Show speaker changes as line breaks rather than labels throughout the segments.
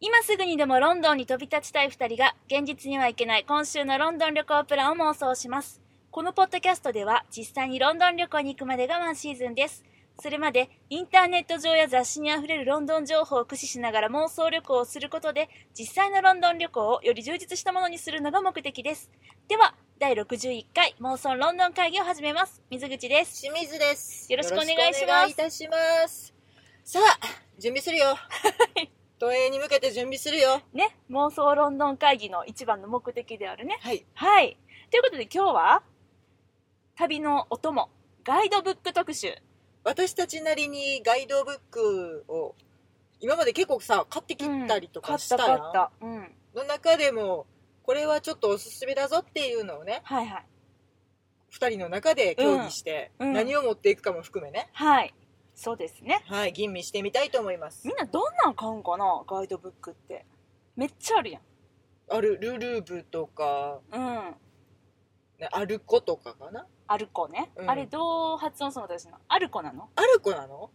今すぐにでもロンドンに飛び立ちたい二人が現実には行けない今週のロンドン旅行プランを妄想します。このポッドキャストでは実際にロンドン旅行に行くまでがワンシーズンです。それまでインターネット上や雑誌にあふれるロンドン情報を駆使しながら妄想旅行をすることで実際のロンドン旅行をより充実したものにするのが目的です。では、第61回妄想ロンドン会議を始めます。水口です。
清水です。
よろしくお願いします
よろくお願いいたします。さあ、準備するよ。投影に向けて準備するよ。
ね、妄想ロンドン会議の一番の目的であるね。
はい。
はい。ということで今日は、旅のお供、ガイドブック特集。
私たちなりにガイドブックを、今まで結構さ、買ってきたりとかした
買
や
った
ん
買った。うん。
の中でも、これはちょっとおすすめだぞっていうのをね、
はいはい。
二人の中で協議して、
うんうん
何を持っていくかも含めね、
はい。そうですね。
はい、吟味してみたいと思います
み。んなどんなん買うんかなガイドブックって。めっちゃあるやん。
ある、ルルーブとか、
うん。
ねアルコとかかな
アルコね。
うん
あれどう発音するの私の。アルコなの
アルコなの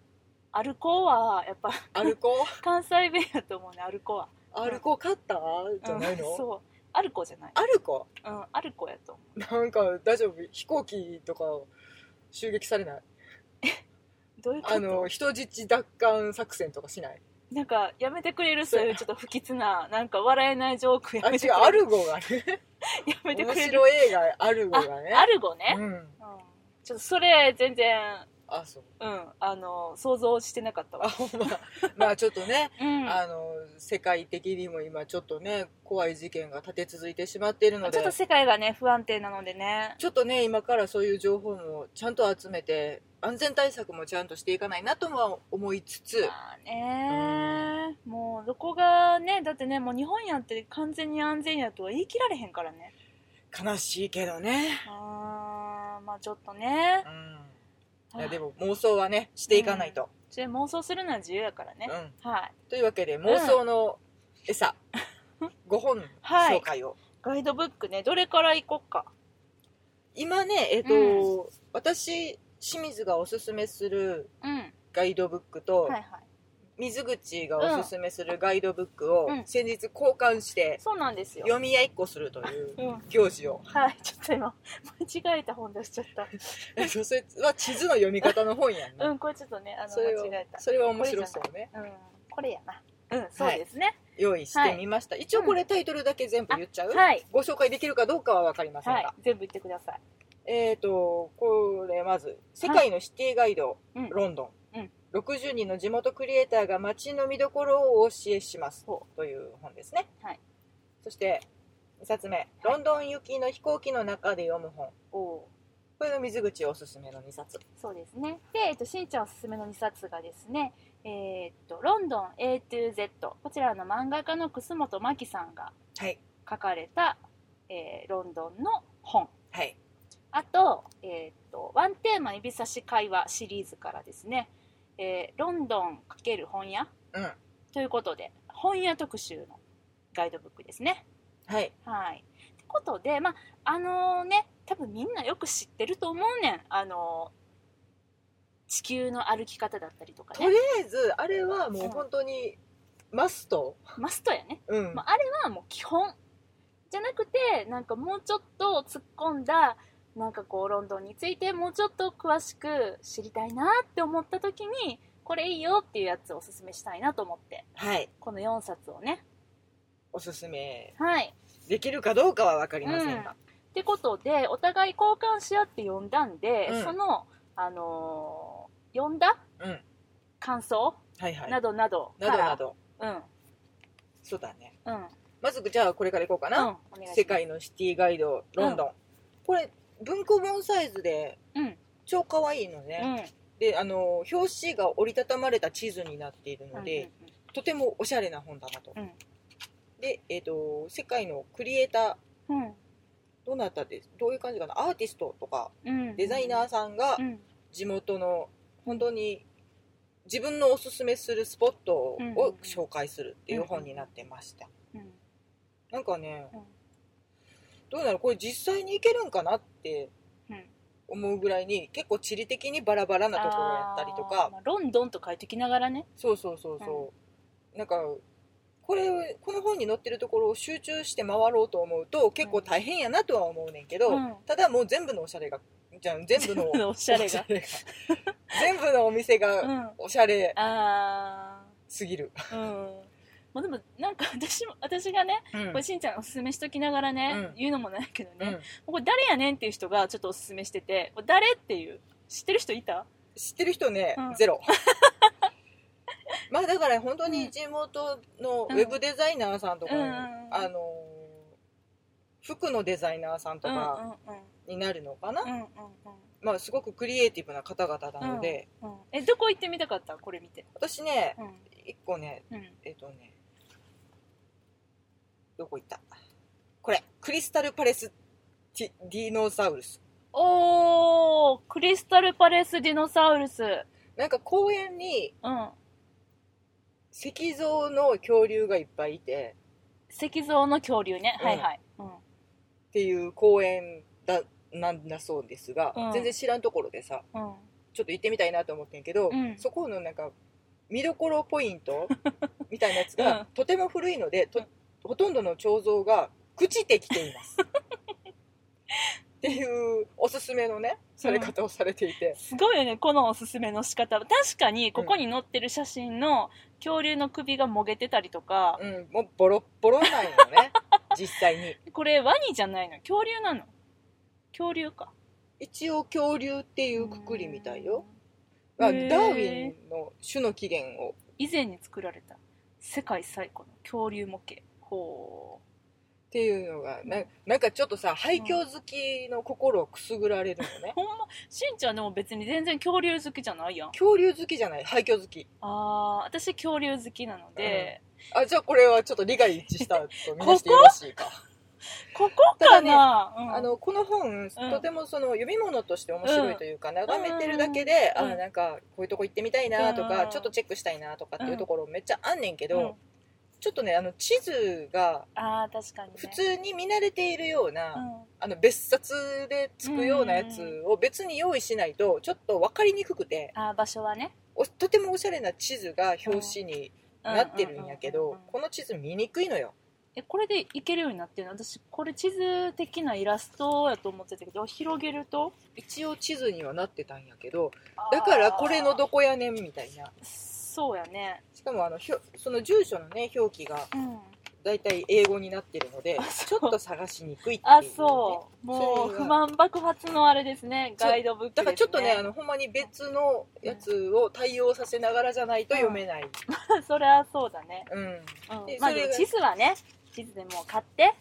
アルコは、やっぱ
アルコ
関西弁やと思うね、アルコは。
アルコ買ったじゃないの、
うんそう。アルコじゃない。
アルコ
うん、アルコやと思。
なんか大丈夫飛行機とか襲撃されないう
どういうこと
あの人質奪還作戦とかしない
なんかやめてくれるそういうちょっと不吉ななんか笑えないジョークや
あ違
めて
う
くれる
アルゴがね
やめてく
面
れる
白い映画アルゴ
あ
がね
アルゴね、
うん
うんちょっとそれ全然
あそう
うんあの想像してなかった
あ
わ
ほんま まあちょっとね、
うん
あの世界的にも今ちょっとね怖い事件が立て続いてしまっているの
ちょ
で
っと世界がね不安定なのでね
ちょっとね今からそういう情報もちゃんと集めて安全対策もちゃんとしていかないなとも思いつつ
まあねもうどこがねだってねもう日本やって完全に安全やとは言い切られへんからね
悲しいけどね、
あーまあちょっとね
うん、いやで
も
も妄想はねしていかないと、
それ妄想するのは自由やからね、
うん、
はい
というわけで妄想の餌、5本紹介を、
ガイドブックねどれから行こっか
今ねえっ、と、私清水がおすすめする
うん
ガイドブックと、
はいはい
水口がおすすめするガイドブックを
うん
先日交換して
そうなんですよ。
読み合いっこするという
うん。
行事を、
はい、ちょっと今、 間違えた本出しちゃった。
えっと それは地図の読み方の本やんね、
うん、これちょっとね、あの、
それは
間違えた。
それは面白そうね
うん、これやな。うん、そうですね。
用意してみました、一応これタイトルだけ全部言っちゃう、
はい。
ご紹介できるかどうかは分かりませんが、
はい。全部言ってください。
えー、とこれまず「世界のシティガイド、
うん
ロンドン、
うん
60人の地元クリエイターが街の見どころをお教えします」という本ですね、
はい
そして2冊目「ロンドン行きの飛行機の中で読む本
おお」
これが水口おすすめの2冊
ー。そうですね。で、えっと、しんちゃんおすすめの2冊がですね、えーっと、ロンドン A to Z。こちらの漫画家の楠本真希さんが
はい
書かれた、えーロンドンの本。
はい
あと,、えー、と、ワンテーマ指差し会話シリーズからですね、えーロンドン×本屋
うん
ということで、本屋特集のガイドブックですね。
はい
はい。ってことで、まあ、あのね、多分みんなよく知ってると思うねん。あの地球の歩き方だったりとか
とり
ね。
あえずあれはもう本当にマスト、
マストやね。
うん
まあ、あれはもう基本。じゃなくて、なんかもうちょっと突っ込んだ、なんかこう、ロンドンについてもうちょっと詳しく知りたいなって思った時に、これいいよっていうやつをおすすめしたいなと思って、
はい
この4冊をね。
おすすめ
はい。
できるかどうかは分かりませんが、
ってことでお互い交換し合って読んだんで、
うん
その、あのー読んだ、
うん
感想、
はいはい
などなどか
など
ら
などそうだね
うんうんうん
まずじゃあこれからいこうかな、
お願いします
世界のシティガイドロンドン、これ文庫本サイズで
うん
超可愛いの
うん
ね、であの表紙が折りたたまれた地図になっている
う
の
ん
で、とてもおしゃれな本だなと、
うん
で、えー、と世界のクリエイター
うんうん
どなたですどういう感じかなアーティストとか
うん
デザイナーさんが
うん
地元の本当に自分のおすすめするスポットを紹介するっていう本になってました、
うん
なんかね、
うん
どうなのこれ実際に行けるんかなって
うん
思うぐらいに結構地理的にバラバラなところやったりと
あー
か
まあロンドンと書いてきながらね
そうそうそうそう、なんかこれこの本に載ってるところを集中して回ろうと思うと結構大変やなとは思うねんけど、
うん
ただもう全部のおしゃれがじゃん全部の
全部のおしゃれが
おし全部のお店
う
が
ん、
おしゃれ
あ
すぎる、
ーうん まあでもなんか私も私がね
うん
これしんちゃんおすすめしときながらね、
うん
言うのもないけどね、
うん
これ誰やねんっていう人がちょっとおすすめしててこれ誰っていう知ってる人いた
知ってる人ね、
うん
ゼ ロまあだから本当に地元のウェブデザイナーさんとか、
うんうん
あの服のデザイナーさんとか
うんうん
になるのかな、
うんうんうん
まあすごくクリエイティブな方々なので、
うんうんえどこ行ってみたかったこれ見て
私ね
うん
一個ね
うん
えっ、とねどこ行ったこれクリスタルパレスティディノサウルス
おークリスタルパレスディノサウルスう
なんか公園に
ん
石像の恐竜がいっぱいいて
石像の恐竜ね、
うん
はいはい、うん、
っていう公園だなんだそうですが、
うん
全然知らんところでさ
うん
ちょっと行ってみたいなと思ってんけど、
うん
そこのなんか見どころポイン トみたいなやつが、
うん
とても古いのでと
うん
ほとんどの彫像が朽ちてきています っていうおすすめのねされ方をされていて、
すごいよねこのおすすめの仕方確かにここに載ってる写真の恐竜の首がもげてたりとか、
うんもうボロッボロなんよ ね実際に
これワニじゃないの恐竜なの恐竜か
一応恐竜っていうくくりみたいよ、
うん
まあ
へー
ダーウィンの種の起源を
以前に作られた世界最古の恐竜模型ほ
っていうのがななんかちょっとさ廃墟好きの心をくすぐられるのね
う、ほんましんちゃんでも別に全然恐竜好きじゃないやん
恐竜好きじゃない廃墟好き
あー私恐竜好きなので、
あじゃあこれはちょっと理が一致したと見なしてよろしいか
ここかな、うん
あのこの本、とてもその読み物として面白いというか、眺めてるだけで、
うん
あなんかこういうとこ行ってみたいなとか、
うん
ちょっとチェックしたいなとかっていうところめっちゃあんねんけど、
うん
ちょっとねあの地図が
あー確かに、ね、
普通に見慣れているような、
うん
あの別冊でつくようなやつを別に用意しないとちょっと分かりにくくて、
あー場所はね
おとてもおしゃれな地図が表紙になってるんやけ
うんうん
ど
うんうん
この地図見にくいのよ
えこれでいけるようになってるの私これ地図的なイラストやと思ってたけど広げると
一応地図にはなってたんやけどだからこれの
こ
どこやねんみたいな
そうやね
しかもあのひょその住所のね表記が
うん
だいたい英語になってるので
あそう
ちょっと探しにくいっていう、ね、
あそうも
そうれが
不満爆発のあれですねガイドブックです、ね、
だからちょっとねあのほんまに別のやつを対応させながらじゃないと読めない、
そりゃそうだね、
うん
うん
で、
まあ
それ
で
が
も地図はね地図でもう買って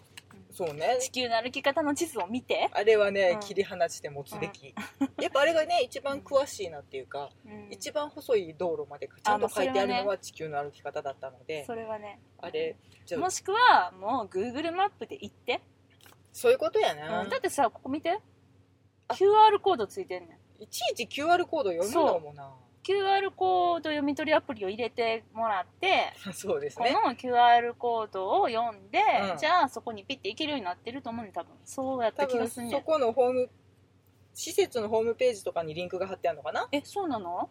そうね
地球の歩き方の地図を見て、
あれはね、
うん
切り離して持つべき、やっぱあれがね一番詳しいなっていうか、
うん
一番細い道路までちゃんと書いてあるのは地球の歩き方だったので、
それはね
あれちょ
もしくはもう Google マップで行って、
そういうことや
う
な、
んだってさここ見て
あ
QR コードついてんねん
いちいち QR コード読むのもな
QR コード読み取りアプリを入れてもらって
そうです
こ
ね
の QR コードを読んで、
うん
じゃあそこにピッて行けるようになってると思うね多分そうやっ
多
た気が
分
す
そ
んねん
このホーム施設のホームページとかにリンクが貼ってあるのかな
えそうなの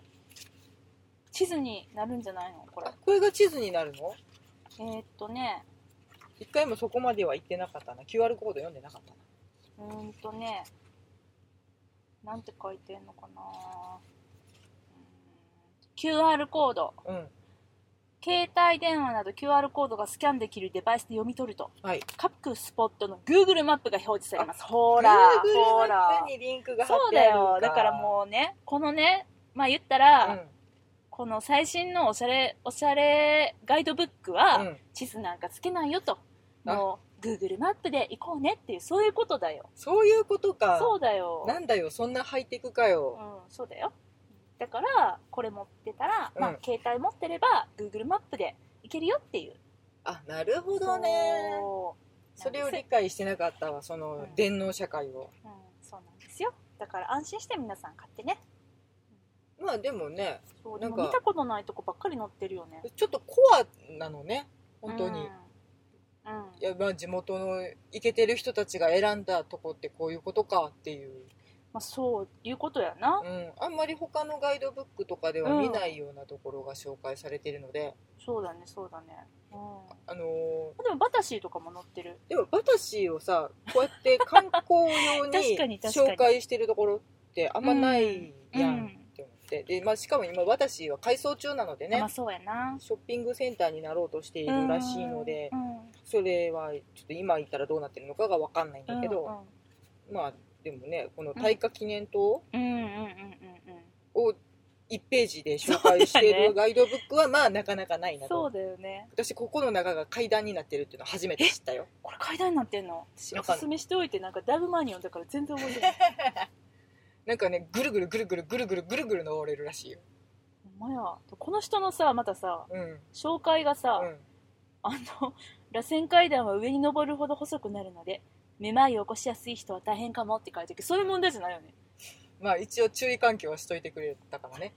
地図になるんじゃないのこれ
あこれが地図になるの
えー、っとね
一回もそこまでは行ってなかったな QR コード読んでなかったな
うーんとねなんて書いてんのかなうーん QR コード
うん
携帯電話など QR コードがスキャンできるデバイスで読み取ると
はい
各スポットの Google マップが表示されますほ
ほ
らほ
Google マッ
ら
プにリンクが貼っ
そう
てあ
だ
る
よだからもうねこのねまあ言ったら、
う
この最新のおしゃれおしゃれガイドブックは、
ん、うん、
地図なんかつけないよと
あ
もう Google マップで行こうねっていうそういうことだよ
そういうことか
そうだよ
なんだよそんなハイテクかよ、
うん、そうだよだからこれ持ってたら、ま
うん
あ、携帯持ってれば Google マップで行けるよっていう
あなるほどね
そう
それを理解してなかったわその
うん
電脳社会を、
うん、そうなんですよだから安心して皆さん買ってね
まあでもね
そうで
なんか
も見たことないとこばっかり載ってるよね
ちょっとコアなのね本当に、
うん、う
い
ん
やまあ地元のイケてる人たちが選んだとこってこういうことかっていう
まあ、そういうことやな、
うん、あんまり他のガイドブックとかでは見ないようなところが紹介されてるので、
そうだねそうだね、うん、ま
あのー
あでもバタシーとかも載ってる
でもバタシーをさこうやって観光用
確かに
に
確かに
紹介してるところってあんまないや
うん
んって思って、でまあ、しかも今バタシーは改装中なのでね、
まあそうやな
ショッピングセンターになろうとしているらしいので、
うん
それはちょっと今行ったらどうなってるのかが分かんないんだけど、まあでもねこの耐火記念塔
うんうんうんうんうん
を1ページで紹介し
そ
て
うだね
るガイドブックはまあなかなかな
う
い
ん
な
そう
と。
だよね
私ここの中が階段になってるっていうのは初めて知ったよ
これ階段になってんの私
な
お
んか
すすめしておいてなんかだいぶ前に読んだから全然覚えて ない
なんかねぐるぐるぐるぐるぐるぐるぐるぐる登れるらしいよ
ほんまやこの人のさまたさ
うん
紹介がさ、
うん
あの螺旋階段は上に登るほど細くなるのでめまいを起こしやすい人は大変かもって書いてあるけどそういう問題じゃないよね
まあ一応注意喚起はしといてくれたからね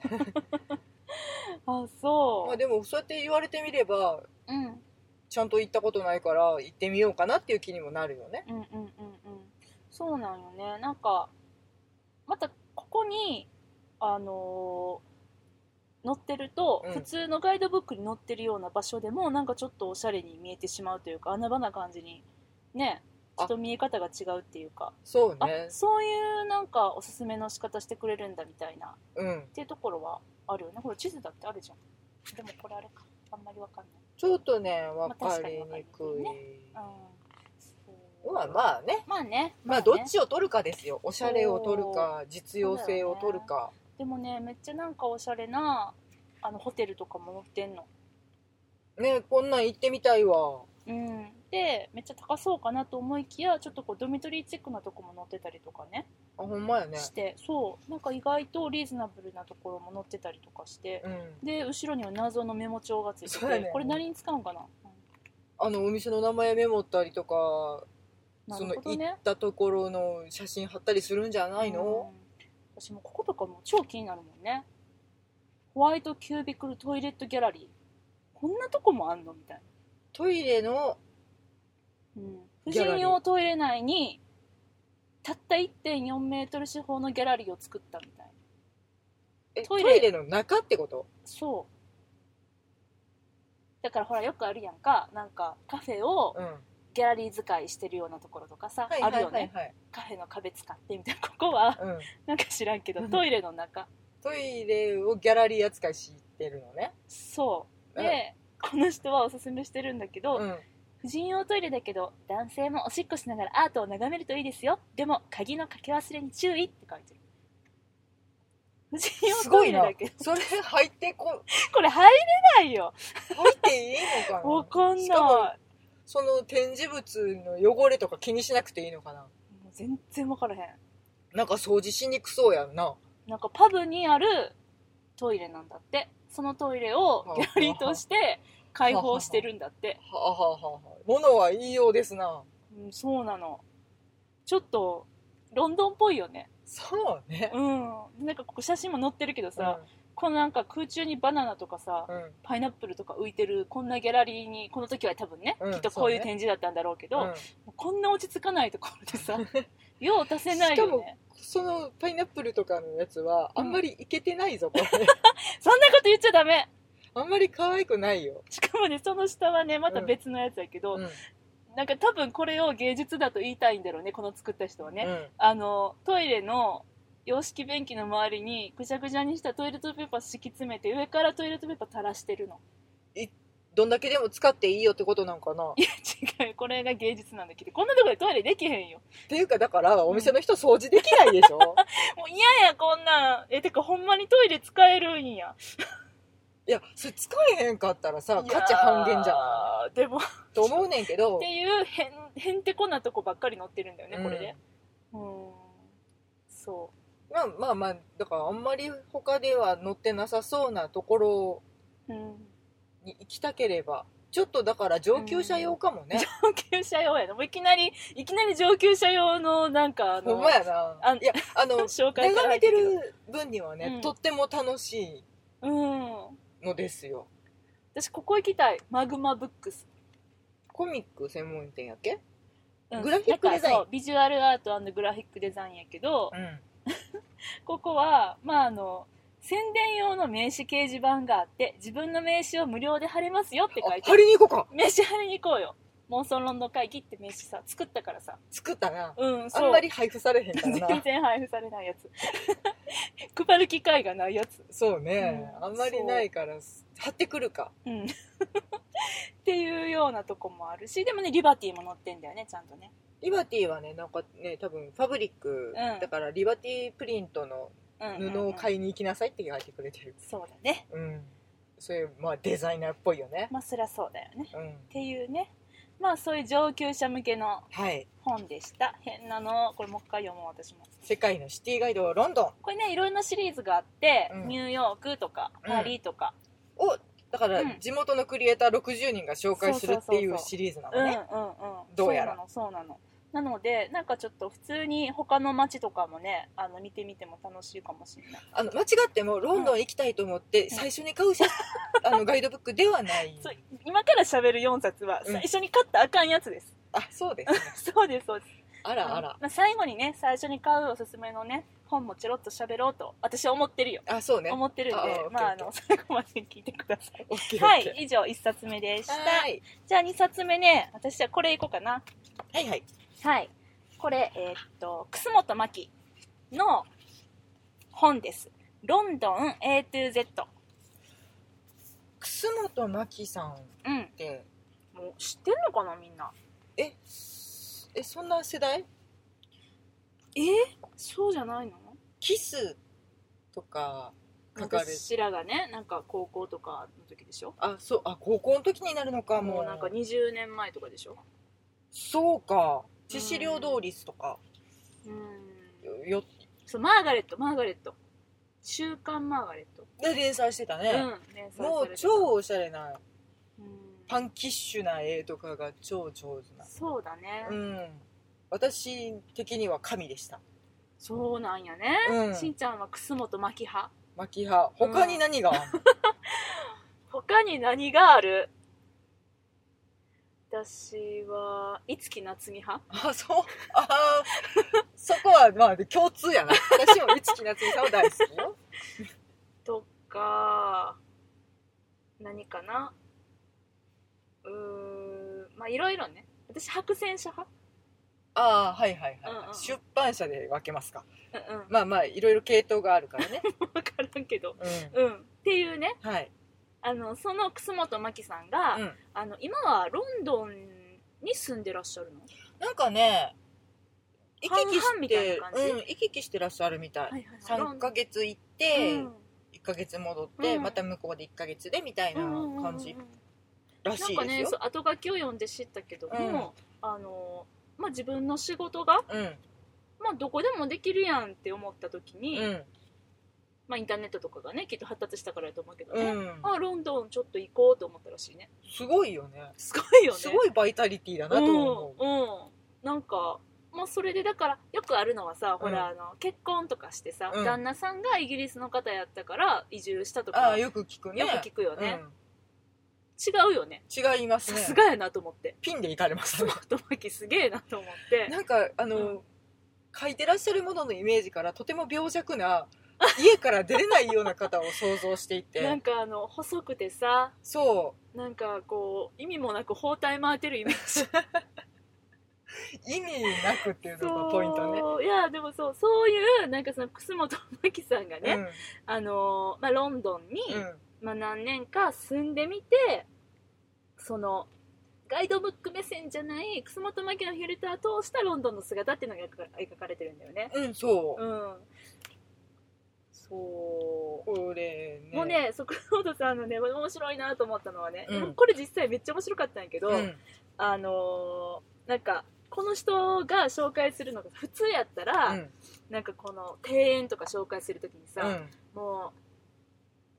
あそ
まあでもそうやって言われてみれば
うん、うん
ちゃんと行ったことないから行ってみようかなっていう気にもなるよね
うんうんうんうんそうなんよねなんかまたここにあのー載ってると、
うん
普通のガイドブックに載ってるような場所でもなんかちょっとおしゃれに見えてしまうというか穴場な感じにねちょっと見え方が違うっていうか
そう
あ
ね
そういうなんかおすすめの仕方してくれるんだみたいな
うん
っていうところはあるよねこれ地図だってあるじゃんでもこれあれかあんまりわかん
ちょっとね
あ
分か
確かに
り
分かり
に
にく
く
いね
い、
ないうんそう
まあまあね
まあね
まあ
ね
どっちを取るかですよおしゃれを取るか実用性を取るか、
でもねめっちゃなんかおしゃれなあのホテルとかも載ってんの、
ねこんなん行ってみたいわ
うん、でめっちゃ高そうかなと思いきやちょっとこうドミトリーチェックなとこも載ってたりとかね
あほんまやね
してそうなんか意外とリーズナブルなところも載ってたりとかして、
うん
で後ろには謎のメモ帳がついてて、
そうやね
これ何に使うんかな、うん
あのお店の名前メモったりとか、
な
そ
る
の
ほど
行
ね
ったところの写真貼ったりするんじゃないの、
うん私もこことかも超気になるもんねホワイトキュービクルトイレットギャラリーこんなとこもあんのみたいな
トイレの
うん婦
ギャラリー
人用トイレ内にたった1.4メートル四方のギャラリーを作ったみたいな
え
ト
ト
イ
イ
レ
レの中ってこと
そうだからほらよくあるやんかなんかカフェを
うん
ギャラリー使いしてるようなところとかさ、あるよね
はい、
カフェの壁使ってみたいなこ こは
うん、
なんか知らんけどトイレの中
トイレをギャラリー扱いしてるのね
そうで、この人はおすすめしてるんだけど、
うん
婦人用トイレだけど男性もおしっこしながらアートを眺めるといいですよでも鍵のかけ忘れに注意って書いてる婦人用
す
ト
ご
イ
い
レ
な
だけど
それ入ってこ
これ入れないよ
入っていいのか
わ
な
かんない
しかも
も
その展示物の汚れとか気にしなくていいのかな
う全然わからへん
なんか掃除しにくそうやんな
なんかパブにあるトイレなんだってそのトイレをギャラリーとして開放してるんだって、
はあ、はあはあはあ、ものは言いようですな
うん、そうなのちょっとロンドンっぽいよね
そうね
うんなんかここ写真も載ってるけどさ、このなんか空中にバナナとかさ、
うんうん
パイナップルとか浮いてるこんなギャラリーにこの時は多分ね、
うん
きっとこういう
そうね
展示だったんだろうけど
うん
こんな落ち着かないところでさ用を足せない
しか
よね
もそのパイナップルとかのやつはあんまりいけてないぞ、こ れ
そんなこと言っちゃダメ
あんまり可愛くないよ、
しかもねその下はねまた
うん
別のやつやけど、
うん
なんか多分これを芸術だと言いたいんだろうねこの作った人はね、あのトイレの洋式便器の周りにぐちゃぐちゃにしたトイレットペーパー敷き詰めて上からトイレットペーパー垂らしてるの
どんだけでも使っていいよってことなんかなっ
いや違うこれが芸術なんだけどこんなところでトイレできへんよ
ていうかだからお店の人掃除できないでしょ
もう嫌やこんなんえてかほんまにトイレ使えるんや
いやそれ使えへんかったらさ価値半減じゃない
でもっ
いと思うねんけど
ていうへんへんてこなとこばっかり載ってるんだよねこれでうんそ
まあまあまあだからあんまり他では載ってなさそうなところ
ううん
に行きたければちょっとだから上級者用かも ね、
上級者用やなもういきなりいきなり上級者用のなんかあ
ほん
の
まやな
あ
いやあの
紹介から入
眺め
って
て
る
る分にはね、
うん
とっても楽し
うん
いのですよ
私ここ行きたいマグマブックス、
コミック専門店やっけ
うん
グラフィックデザイン
なんかそうビジュアルアートグラフィックデザインやけど
うん
ここは、まあ、あの、宣伝用の名刺掲示板があって、自分の名刺を無料で貼れますよって書いてあ
張
る。
りに行こうか
名刺貼りに行こうよ。妄想ロンドン会議って名刺さ、作ったからさ。
作ったな
うん、
あ
そうん
まり配布されへんから
全
な
然配布されないやつ。配る機会がないやつ。
そうね、
うん
あんまりないから貼ってくるか
うん。 っていうようなとこもあるし、でもね、リバティも載ってんだよね、ちゃんとね。
リバティはねなんかね多分ファブリック、
うん
だからリバティプリントの
うんうんうん、
布を買いに行きなさいって書いてくれてる
そうだね。
うんそれまあデザイナーっぽいよね
まあ、そりゃそうだよね。
うん
っていうね。まあ、そういう上級者向けの
はい
本でした。変なの。これもう一回読もう、私も。
世界のシティガイドロンドン
これね、いろんなシリーズがあって、
うん
ニューヨークとか、
うん
パリとか、
をだから
うん
地元のクリエイター60人が紹介する
そうそう
ってい
そう
う
そう
シリーズな
うん
の
うんう
ね
ん。
どうやら
そうなの、そうなの。なので、なんかちょっと普通に他の街とかもね、あの、見てみても楽しいかもしれない。
あの間違ってもロンドン行きたいと思って
ん
最初に買う 写あのガイドブックではない
そう今から喋る4冊は、
うん
最初に買ったらあかんやつです。
あそうですね
そうです、そうです。
あらあら
まあ、最後にね、最初に買うおすすめのね、本もちょろっと喋ろうと、私は思ってるよ。
あそうね
思ってるんで
ああオッケー、
まあ、あ
オ
の、
ッ
最後まで聞いてください。
オッケー
は
オッケ
い、以上1冊目でし
ー
た。
はい
じゃあ2冊目ね、私はこれいこうかな。
はいはい
はい。これ、えーっと、楠本真希の本です。ロンドン A to Z。
楠本真希さんっ
うん。
て
もう知ってんのかな、みんな。
えすえそんな世代
えそうじゃないの
キスとか書かれて
私らがね、なんか高校とかの時でしょ
あそうあ高校の時になるのかも
も
う
うなんか20年前とかでしょ
そうか致死量同率とか
うん。
よよ
そう、マーガレット、マーガレット。週刊マーガレット。
で連載してたね、
うん。連載されてた
もう超おしゃれな
うん
パンキッシュな絵とかが超上手な
そうだね。
うん私的には神でした
そうなんやね。
うん
しんちゃんは楠本真希派。
マキハ他に何があ んの、
他に何がある私は、いつきなつみ派
あそうあーそこはまあ共通やな私も市木夏美さんは大好き よ
とか、何かなうーん、まあいろいろね。私、白戦車派
ああはいはいはい、
うんうん
出版社で分けますか
うん うん。
まあまあいろいろ系統があるからね、
わからんけど。
う
うん。っていうね、
ん、はい、
あの、その楠本真希さんが、
うん、
あの、今はロンドンに住んでらっしゃるの
なんかね行き来
半々
し
みたい
て
な感じ
うん行き来してらっしゃるみた
は
い、
いはいはい
三3ヶ月行って、
うん
1ヶ月戻って、
うん
また向こうで1ヶ月でみたいな
うんうんうんうん
感じらし
なん
い
か
です
ねそ
よ
う後書きを読んで知ったけども、あのまあ、自分の仕事が、
うん
まあ、どこでもできるやんって思った時に、
うん
まあ、インターネットとかがねきっと発達したからやと思うけど
う
ね、
ん
あロンドンちょっと行こうと思ったらしいね
すごいよね
すごいよね
すごいバイタリティだなと思う、
うん、うん、なんかまあそれでだからよくあるのはさ、
うん
ほらあの結婚とかしてさ、
うん
旦那さんがイギリスの方やったから移住したと
あ
か
あ
よ
よく聞く
く
ね
聞くよね、
うん
違うよね
違いま
さ
すね
すがやなと思って
ピンで行か れますね
トマキすげえなと思って
なんかあの、
うん
書いてらっしゃるもののイメージからとても病弱な家から出れないような方を想像してい
な
て
んかあの細くてさ
そ
なんかこう意味もなく包帯回ってるイメージ
う意味なくっていうのがポイントね
そういやでもそうそういうなんかその楠本真希さんがね、あのーまあ、ロンドンに、
うん、うん、
まあ、何年か住んでみてそのガイドブック目線じゃない楠本真希のフィルターを通したロンドンの姿っていうのが描かれてるんだよね
うん、そう、
うんそう
これね
もうね、そこほどさんのね、面白いなと思ったのはね、
うん
これ実際めっちゃ面白かったんやけど、
うん
あのーなんか、この人が紹介するのが普通やったら、
うん
なんかこの庭園とか紹介するときにさ、
うん
も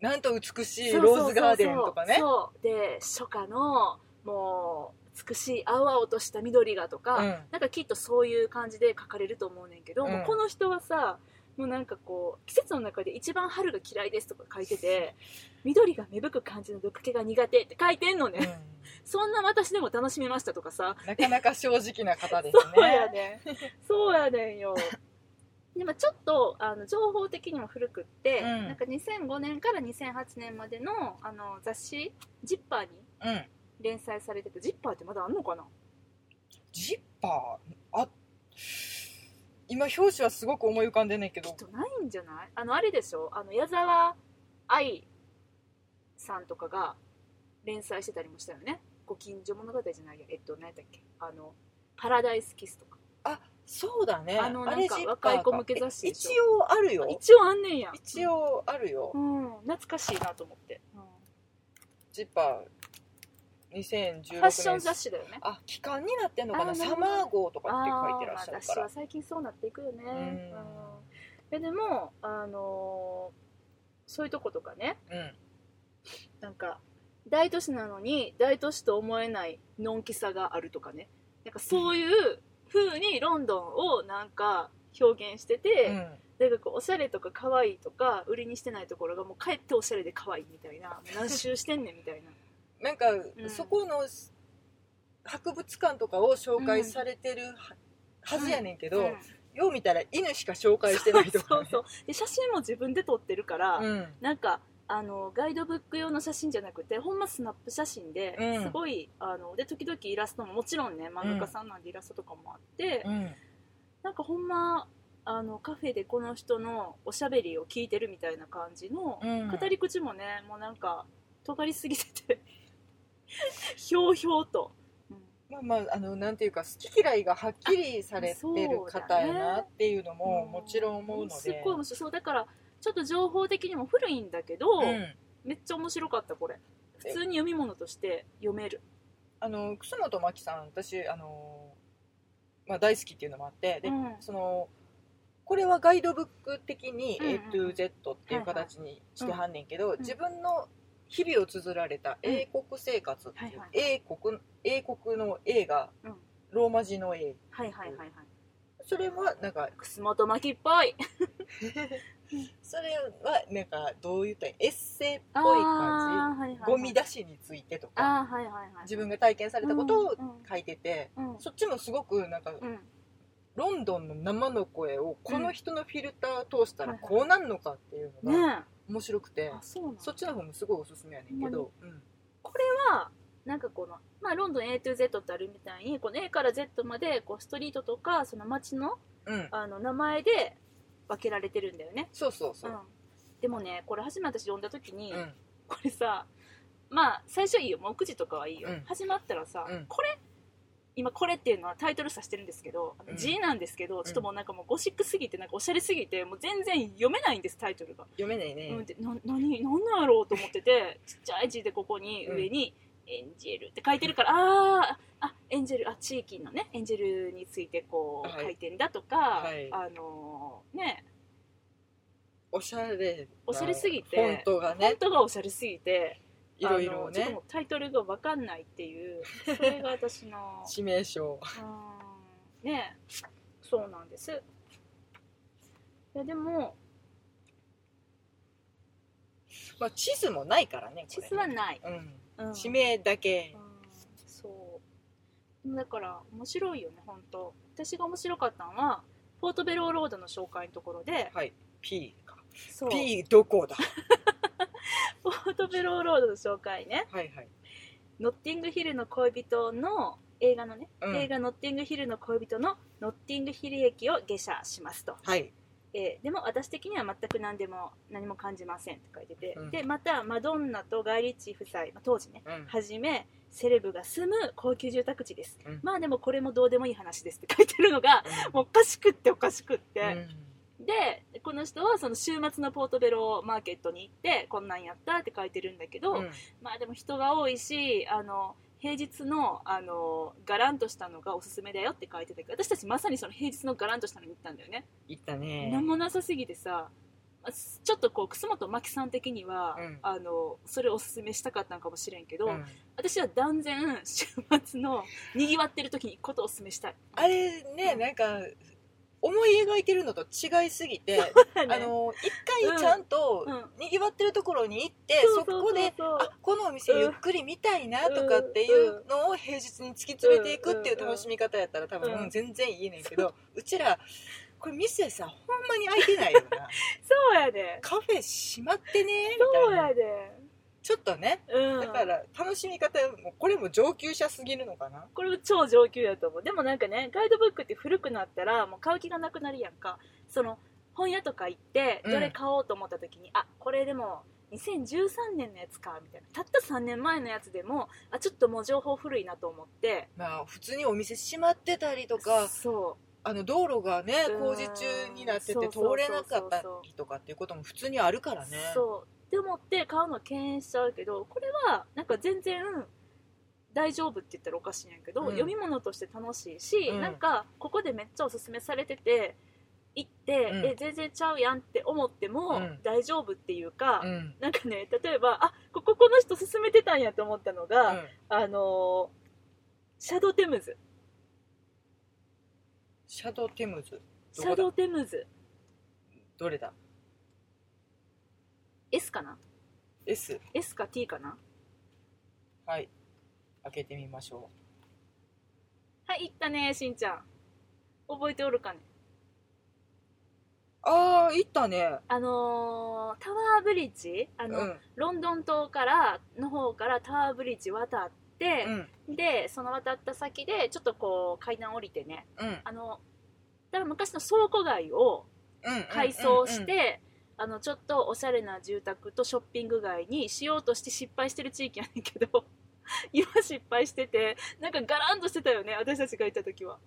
なんと美し
う、
いローズガーデンとかね
そうそうそう。で、初夏の、もう、美しい青々とした緑がとか、
うん
なんかきっとそういう感じで書かれると思うねんけど、
うん
もうこの人はさもうなんかこう季節の中で一番春が嫌いですとか書いてて緑が芽吹く感じの毒気が苦手って書いてんのね、
うん
そんな私でも楽しめましたとかさ
なかなか正直な方ですね
そうやねんそうやねんよでもちょっとあの情報的にも古くって、
うん
なんか2005年から2008年までのあの雑誌「ジッパーに
うん
連載されてて「ジッパーってまだあんのかな
ジッパーあ今表紙はすごく思い浮かんでんねんけ
き
ど
っとないんじゃないあのあれでしょあの矢沢愛さんとかが連載してたりもしたよね「ご近所物語」じゃないやえっと何やったっけあの「パラダイスキス」とか
そうだね
あのなんか
れジッパー
若い子向け雑誌
え
でしょ
一応あるよ
一応あんねんや
一応あるよ、
うん懐かしいなと思って、
ジッパー2016年
ファッション雑誌だよね
あ期間になってんのか
あ
な
なる
サ
ほど
マー号とかって
あ
書い
あ
て
ー、
ら
ま
っ
あ
しゃる
雑
か
誌
ら
は最近そうなっていくよね、
うん
うんえでも、あのーそういうとことかね
うん
なんか大都市なのに大都市と思えないのんきさがあるとかねなんかそういう風にロンドンをなんか表現して
う
て、
ん
とにかくおしゃれとか可愛いとか売りにしてないところがもうかえっておしゃれで可愛いみたいなもう何周してんねんみたいな
なんか、
ん
そこの博物館とかを紹介されてるは,、ずやねんけど、
うん
よう見たら犬しか紹介してないとか
そう
ね、
そうで写真も自分で撮ってるから、
うん
なんかあのガイドブック用の写真じゃなくてほんまスナップ写真で、
うん
すごいあので時々イラストももちろんね漫画家さんなんでイラストとかもあって、
うん
なんかほんまあのカフェでこの人のおしゃべりを聞いてるみたいな感じの、
うん
語り口もねもうなんか尖りすぎてて ひょうひょうと、
まあまああのなんていうか好き嫌いがはっきりされてる方やなっていうのも
うん
もちろん思うので、
すっごい面白いそうだからちょっと情報的にも古いんだけど、
うん
めっちゃ面白かったこれ普通に読み物として読める
あの楠本真紀さん私あの、まあ、大好きっていうのもあってで、
うん
そのこれはガイドブック的に
うんうん
A to Z っていう形にしてはんねんけど、
ん
自分の日々を綴られた
うん
英国生活っていう、
はいはい
英国英国の A が
うん
ローマ字の A
はいはいはいはい
それはなんか
楠本真希っぽい
それはなんかどう言ったらいいエッセイっぽ
あ
い感
ーはいはい
じゴミ出しについてとか
あーはいはいはい
自分が体験されたことを書いてて、
うんうん
そっちもすごくなんか
うんうん
ロンドンの生の声をこの人のフィルター通したらこうなんのかっていうのが
ね
面白くて、
えあそうなんだ
そっちの方もすごいおすすめやねんけど、うん
はなんかこの、まあ、ロンドン A to Z ってあるみたいにこの A から Z までこうストリートとかその街の
うん、
あの名前で分けられてるんだよね、
そうそうそうう、
ん、でもねこれ初めて私読んだ時に、
うん
これさまあ最初はいいよ目次とかはいいよ、
うん
始まったらさ、
うん
これ今これっていうのはタイトル指してるんですけど、
うん
字なんですけどちょっともうなんかもうゴシックすぎてなんかおしゃれすぎてもう全然読めないんですタイトルが、
読めないね、
うん、でな何何なんやろうと思っててちっちゃい字でここに
うん
上に「エンジェル」って書いてるからあーあエンジェルあ地域のねエンジェルについてこ
は
う
い
書いてんだとか、
はい
あのーね
おしゃれな
おしゃれすぎて
フォントが
本
ね
当がおしゃれすぎて。
いろいろ
あのちょっと
ね
もうタイトルが分かんないって いうそれが私の
指名書
うーんねえそうなんですいやでも
まあ地図もないからね
地図は
な
ない、
うん
うん、
地名だけ
うんそうだから面白いよね本当私が面白かったのはポートベローロードの紹介のところで
はい P か
そう
P どこだ
ポートベローロードの紹介ね
はいはい
ノッティングヒルの恋人の映画のね、
うん
映画ノッティングヒルの恋人のノッティングヒル駅を下車しますと
はい
えーでも私的には全く何でも何も感じませんって書いてて、
うん
でまたマドンナとガイ・リッチー夫妻まあ当時ね
うん
はじめセレブが住む高級住宅地です、
うん
まあでもこれもどうでもいい話ですって書いてるのがもうおかしくっておかしくっ
う
て、でこの人はその週末のポートベロマーケットに行ってこんなんやったって書いてるんだけど、
んうん
まあでも人が多いしあの平日のあのガランとしたのがおすすめだよって書いてたけど私たちまさにその平日のガランとしたのに行ったんだよね
行ったね
何もなさすぎてさまあすちょっとこう楠本真希さん的には、
うん
あのそれをおすすめしたかったのかもしれんけど、
うん
私は断然週末のにぎわってる時に行くことをおすすめしたい
あれね、
うん
なんか思い描いてるのと違いすぎ て、
あ
あの一回ちゃんと
うんうん
にぎわってるところに行って、そこであこのお店ゆっくり見たいなとかっていうのを平日に突き詰めていくっていう楽しみ方やったら多分、
うん
全然いいねんけどうちらこれ店さほんまに開いてないよ な
そうやで
カフェ閉まってねみ
そう
たい
や
な
で
ちょっとね
うん
だから楽しみ方もこれも上級者すぎるのかな
これ超上級やと思うでもなんかねガイドブックって古くなったらもう買う気がなくなるやんかその本屋とか行って
うん
どれ買おうと思った時に、あこれでも2013年のやつかみたいなたった3年前のやつでもあちょっともう情報古いなと思って
まあ普通にお店閉まってたりとか
そ
あの道路がね
うん
工事中になって
そ
て
うそうそうそう
通れなかったりとかっていうことも普通にあるか
う、
らね
そうって思って買うの敬遠しちゃうけどこれはなんか全然大丈夫って言ったらおかしいんやけど、
うん
読み物として楽しいし、
うん
なんかここでめっちゃおすすめされてて行って、
うん
え全然ちゃうやんって思っても
うん
大丈夫っていうか、
うんうん
なんかね例えばあこここの人勧めてたんやと思ったのが、あのーシャドーテムズ
シャドウテムズ
シ
どこだ
ャドーテムズ
どれだ
S かな
S
S か T かな
はい開けてみましょ
はい行ったねしんちゃん覚えておるかね
うああ行ったね
あのータワーブリッジあ
う
の、
ん
ロンドン島からの方からタワーブリッジ渡って
う、ん
でその渡った先でちょっとこう階段降りてね
うん
あのだから昔の倉庫街を
うん
改装して、あのちょっとおしゃれな住宅とショッピング街にしようとして失敗してる地域やねんけど 今失敗しててなんかガランとしてたよね私たちが行った時は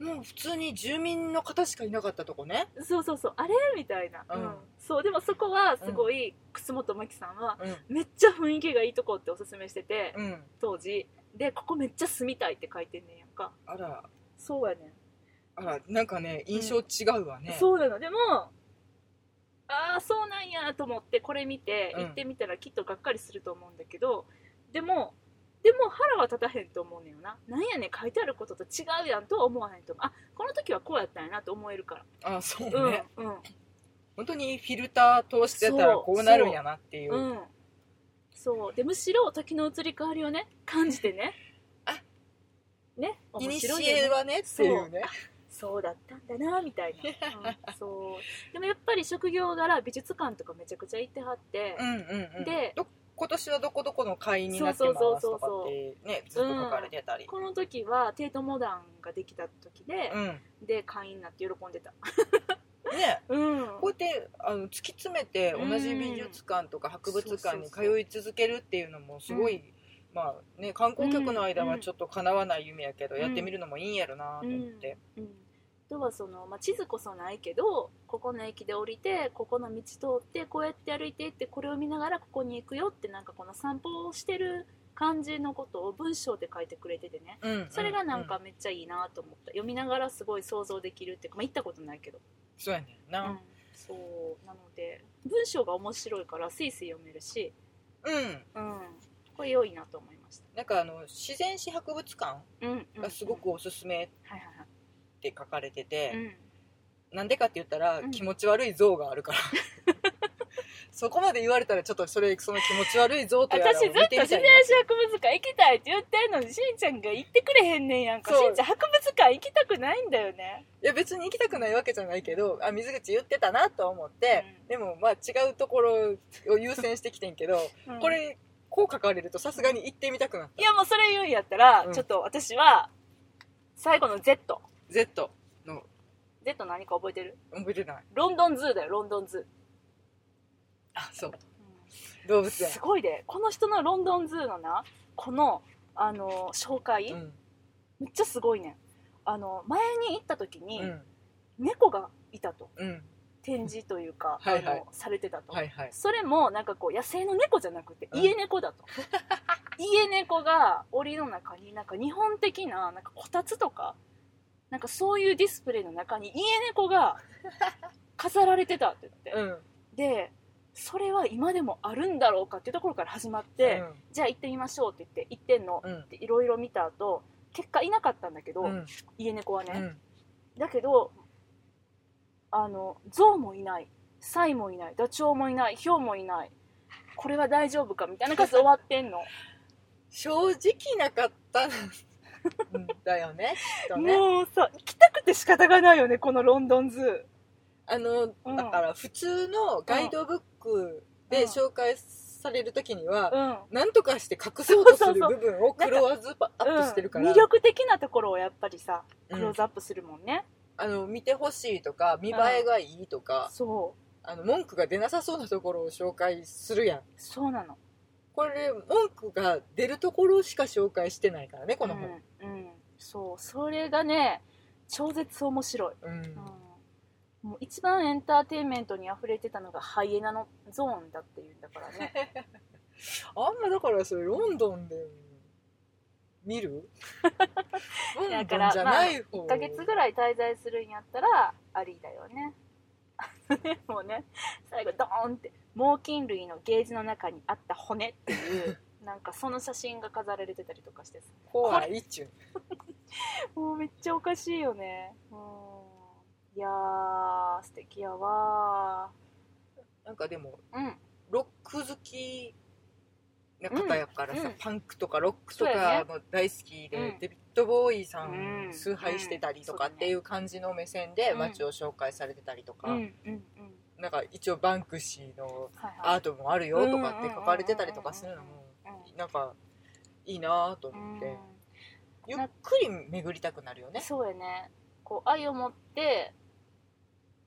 もう普通に住民の方しかいなかったとこね
そうそうそうあれみたいな、
うん
そうでもそこはすごい、楠本真希さんは
うん
めっちゃ雰囲気がいいとこっておすすめしてて、
うん
当時でここめっちゃ住みたいって書いてんねんやんか
あら
そうやね
あらなんかね印象違うわね、
そうなのでもああそうなんやと思ってこれ見て
うん
行ってみたらきっとがっかりすると思うんだけど、でもでも腹は立たへんと思うねんよななんやねん書いてあることと違うやんとは思わへんと思うあこの時はこうやったんやなと思えるか
あそうね、
ら、うんうん
本当にフィルター通してたらこうなるんやなっていう
うん、そうでむしろ時の移り変わりをね感じてね
あ
ね
イ
面
ニシ
白いよね
エはねっていうね
そうだったんだなみたいな、う んそうでもやっぱり職業柄美術館とかめちゃくちゃ行ってはって
う、んうんうん
で
ど今年はどこどこの会員になってますとかってねずっ
そうそうそうそう
と書かれてたり、
この時はテートモダンができた時で
う、ん
で会員になって喜んでた
ね
うん
こうやってあの突き詰めて同じ美術館とか博物館に通い続けるっていうのもすごい、まあね観光客の間はちょっとかなわない夢やけど、
うん
やってみるのもいいんやろなと思って、
うんあとはその、まあ、地図こそないけどここの駅で降りてここの道通ってこうやって歩いていってこれを見ながらここに行くよってなんかこの散歩をしてる感じのことを文章で書いてくれててね
うん
それがなんかめっちゃいいなと思った、読みながらすごい想像できるっていうか、まあ、行ったことないけど、
そうやねん
う
なん
そうなので文章が面白いからスイスイ読めるし、
うん、
うん、これ良いなと思いまし
なんかあの自然史博物館
た、うんうん
がすごくおすすめっ
はいはい
て書かれてて、
はい、うん、
なんでかって言ったら、
うん
気持ち悪い像があるから そこまで言われたらちょっとそれその気持ち悪い像とやらを
私ずっ
見
と
てみ
自然
たい
史博物館行きたいって言ってんのにしんちゃんが行ってくれへんねんやんか
そう
しんちゃん博物館行きたくないんだよね
いや別に行きたくないわけじゃないけどあ水口言ってたなと思って、
うん
でもまあ違うところを優先してきてんけど、
うん
これこう書かれるとさすがに行ってみたくなっ
いやもうそれ言うんやったら、
うん
ちょっと私は最後の ZZ
た Z の
Z 何か覚えてる
覚えてない
ロンドンズーだよロンドンズ
あそう
ー、
動物園
すごいでこの人のロンドンズーのなこの、あの紹介、
うん
めっちゃすごいねんあの前に行った時に、
うん
猫がいたと
うん
展示というか、
はいはい
あのされてたと、
はいはい
それもなんかこう野生の猫じゃなくて
うん
家猫 だと、家猫が檻の中になんか日本的ななんかこたつとかなんかそういうディスプレイの中に家猫が飾られてたって言って、
うん
でそれは今でもあるんだろうかっていうところから始まって、じゃあ行ってみましょうって言って行ってんの
うん
っていろいろ見た後結果いなかったんだけど、
うんうん
家猫はね、
うん
だけどあの象もいないサイもいないダチョウもいないヒョウもいない これは大丈夫かみたいな感じで終わってんの
正直なかったうんだよねきっとね
もうさ行きたくて仕方がないよねこのロンドンズー
あの、
うん
だから普通のガイドブックで紹介される時には、
うん
なんとかして隠そうとす
そう
る
そうそ
部分をクローズアップしてるから、
うん魅力的なところをやっぱりさ
う
ク
ん
ローズアップするもんね、
あの見てほしいとか見栄えがいいとか、
そう
あの文句が出なさそうなところを紹介するやん
そうなの
これ文句が出るところしか紹介してないからねこの本、
うん、うん、そうそれがね超絶面白い、
うん
うん、もう一番エンターテインメントに溢れてたのがハイエナのゾーンだっていうんだからね
あんまだからそれロンドンで見 るロンドンじゃない方
1ヶ月ぐらい滞在するんやったらありだよね もうね最後ドーンって猛禽類のゲージの中にあった骨っていうなんかその写真が飾られてたりとかしてさ
怖いっちゅう
もうめっちゃおかしいよねうんいやー素敵やわ
なんかでも
ーうん
ロック好きな方やからさ、
うんうん
パンクとかロックと
そうやね
かも大好きで、
うん
デビッド・ボーイさ
うん
ん崇拝してたりと
うん
かっていう感じの目線で
うん
街を紹介されてたりとか、
うんうんうん
なんか一応バンクシーの
はい
ア
は
ートもあるよとかって書かれてたりとかするのも
い
なんかいいなぁと
うん
思ってゆ
ん
っくり巡りたくなるよね。
そうやねこう愛を持って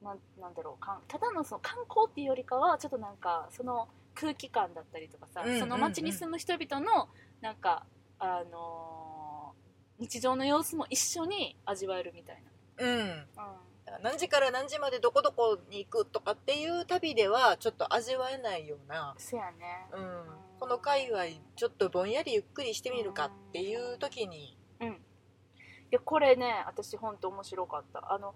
なんなんだろうかんただのその観光っていうよりかはちょっとなんかその空気感だったりとかさ、
うんうんうん
その街に住む人々のなんかあのー日常の様子も一緒に味わえるみたい
うん
な、うん、
何時から何時までどこどこに行くとかっていう旅ではちょっと味わえないような、
そやね
うん、この界隈ちょっとぼんやりゆっくりしてみるかっていう時に
いやこれね私本当面白かったあの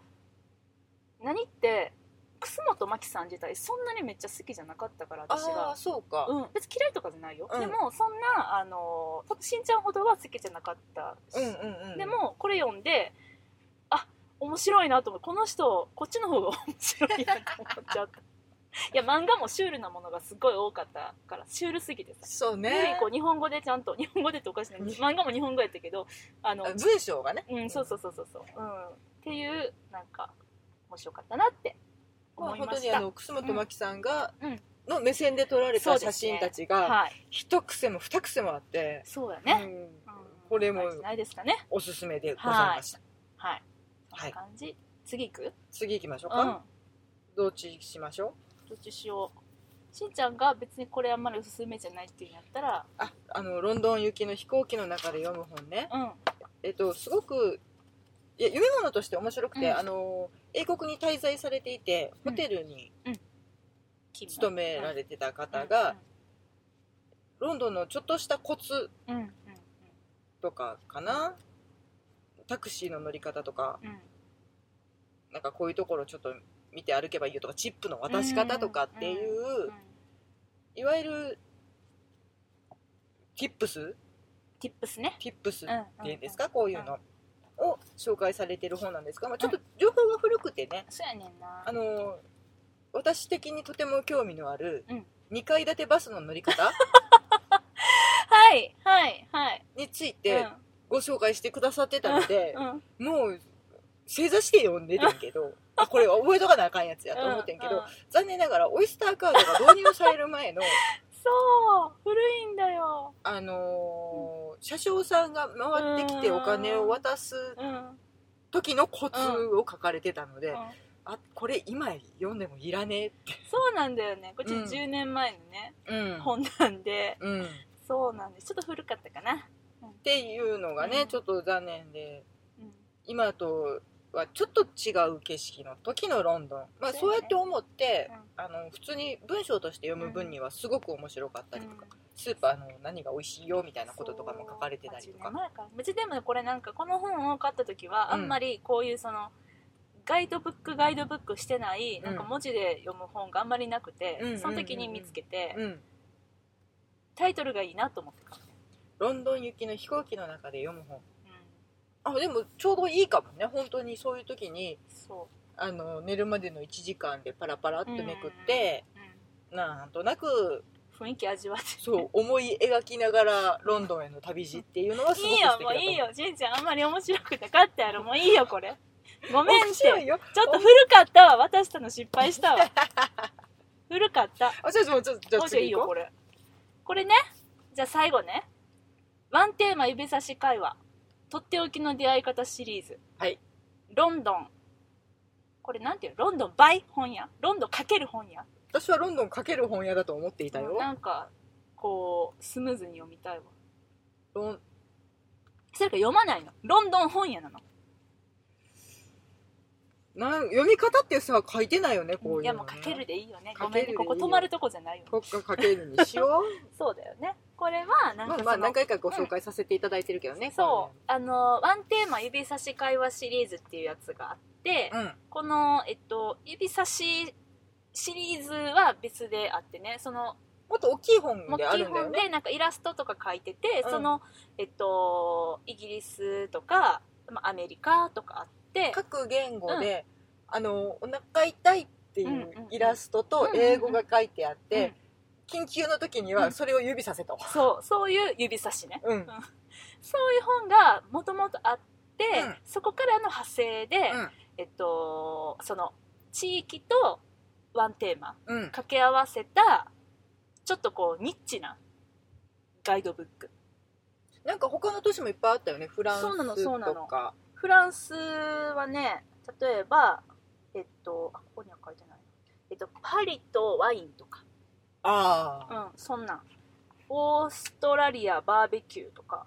何って楠本真希さん自体そんなにめっちゃ好きじゃなかったから私
ああ
が
ー、そうか、
うん、別に嫌いとかじゃないよ、
うん
でもそんなあの多分しんちゃんほどは好きじゃなかったし、
うんうんうん、
でもこれ読んであ面白いなと思ってこの人こっちの方が面白いなと思っちゃった いや漫画もシュールなものがすごい多かったからシュールすぎてさ
そう
ね
ね、
こう日本語でちゃんと日本語でっておかしいな漫画も日本語やったけどあの
あ文章がね
うん、そうそうそうそうそう、うん、っていうなんか面白かったなって思
まあ
いま
本当
し
に
た、
あの楠本真希さんが、
うん
の目線で撮られ
そう
た
ですね
写真たちが
はい
一癖も二癖もあって、
そうだね、
うん
うん
これも
大事ないですかね
おすすめでございました、
はいこん
は
ない感じ、次行く
次行きましょう
う
か、
ん
どっちしましょう
どっちしようしんちゃんが別にこれあんまりおすすめじゃないっていうんやったら
ああのロンドン行きの飛行機の中で読む本ね、
うん
えっと、すごくいや夢物として面白くて、
うん
あの英国に滞在されていて
うん
ホテルに
勤務
勤められてた方が、ロンドンのちょっとしたコツ
うんうんうん
とかかなタクシーの乗り方とか
うん
なんかこういうところちょっと見て歩けばいいよとかチップの渡し方とかっていう、
うん
いわゆるティップス
ティップスね
ティップス
うん
っていうんですか、こういうのを紹介されてる本なんですが、まあ、ちょっと情報が古くてね、
そうやねんな
あの私的にとても興味のある
うん
2階建てバスの乗り 方
はいはいはい
についてご紹介してくださってたので
う、んうん
もう正座して読んでてん けどあこれは覚えとかなあかんやつやと思ってんけど、
うう
残念ながらオイスターカードが導入される前の、
そう古いんだよ
あのー車掌さんが回ってきてお金を渡す
うん、うん
時のコツを書かれてたので、
そ
あこれ今読んでもいらねえって。
うなんだよねこっち
うん
10年前のね、
うん
本なんで
うん、っ
そうなんですちょっと古かったかな、
ていうのがね、
うん
ちょっと残念で。
うん
今とはちょっと違う景色の時のロンドン、まあ、
そう
そう
やね
やって思って、あの普通に文章として読む分にはすごく面白かったりとか、スーパーの何が美味しいよみたいなこととかも書かれてたりと
そう
か
まあ10年前かうちでもこれなんかこの本を買った時はあんまりこういうその、ガイドブックガイドブックしてないなんか文字で読む本があんまりなくて、
うん
その時に見つけて、
うん
タイトルがいいなと思って買った、
ロンドン行きの飛行機の中で読む本
うん、
あでもちょうどいいかもね本当にそういう時に
そ
あの寝るまでの1時間でパラパラっとめくって、
う、うん
なんとなく
雰囲気味わって
そう思い描きながらロンドンへの旅路っていうのはすごく
いい
素敵だ
よ
と
も
思
ういいよじんちゃんあんまり面白くなかったやろもういいよこ れごめんって
面
ちょ
白いよ
っと古かったわ渡したの失敗した わ古かった
あじゃあじゃあじゃあじゃあ
もうじゃあいい
次
よ
行こ
こ
う
れこれねじゃあ最後ねワンテーマ指差し会話とっておきの出会い方シリーズ
はい
ロンドンこれなんていうのロンドンバイ本屋ロンドンかける本屋
私はロンドンかける本屋だと思っていたよ
なんかこうスムーズに読みたいわ
ロン
それか読まないのロンドン本屋なの
なん読み方ってさ書いてないよねこういうの、ね、
いやもうかけるでいいよね
か
ご
け
め
る
ん
でい
ね
いよ
ここ止まるとこじゃないよ
国家かけるにしよ う
そうだよねこれはなんか
ま
そ
あ
の、
まあ何回かご紹介させていただいてるけどね、
そうあのワンテーマ指差し会話シリーズっていうやつがあって、
うん
この、えっと、指差しシリーズは別であってねその
もっと大きい本
木
であ
基
るんだよ
本
ね
でなんかイラストとか書いてて、
うん
その、えっと、イギリスとか、まあ、アメリカとかあって
各言語で、あのお腹痛いってい
ん
う
うんうん
イラスト
うん
と
うんうん
英語が書いてあって、
うん
緊急の時に
う
は
ん
それを指させと、
そうそういう指差しね
うん
そういう本がもともとあって、
うん
そこからの派生で、
うん
えっと、その地域とワンテーマ
うん、
掛け合わせたちょっとこうニッチなガイドブック
なんか他の都市もいっぱいあったよねフランス
そうなのそうなの
とか
フランスはね例えばえっとあここには書いてないえっとパリとワインとか
あ
う
あ、
んそんなんオーストラリアバーベキューとか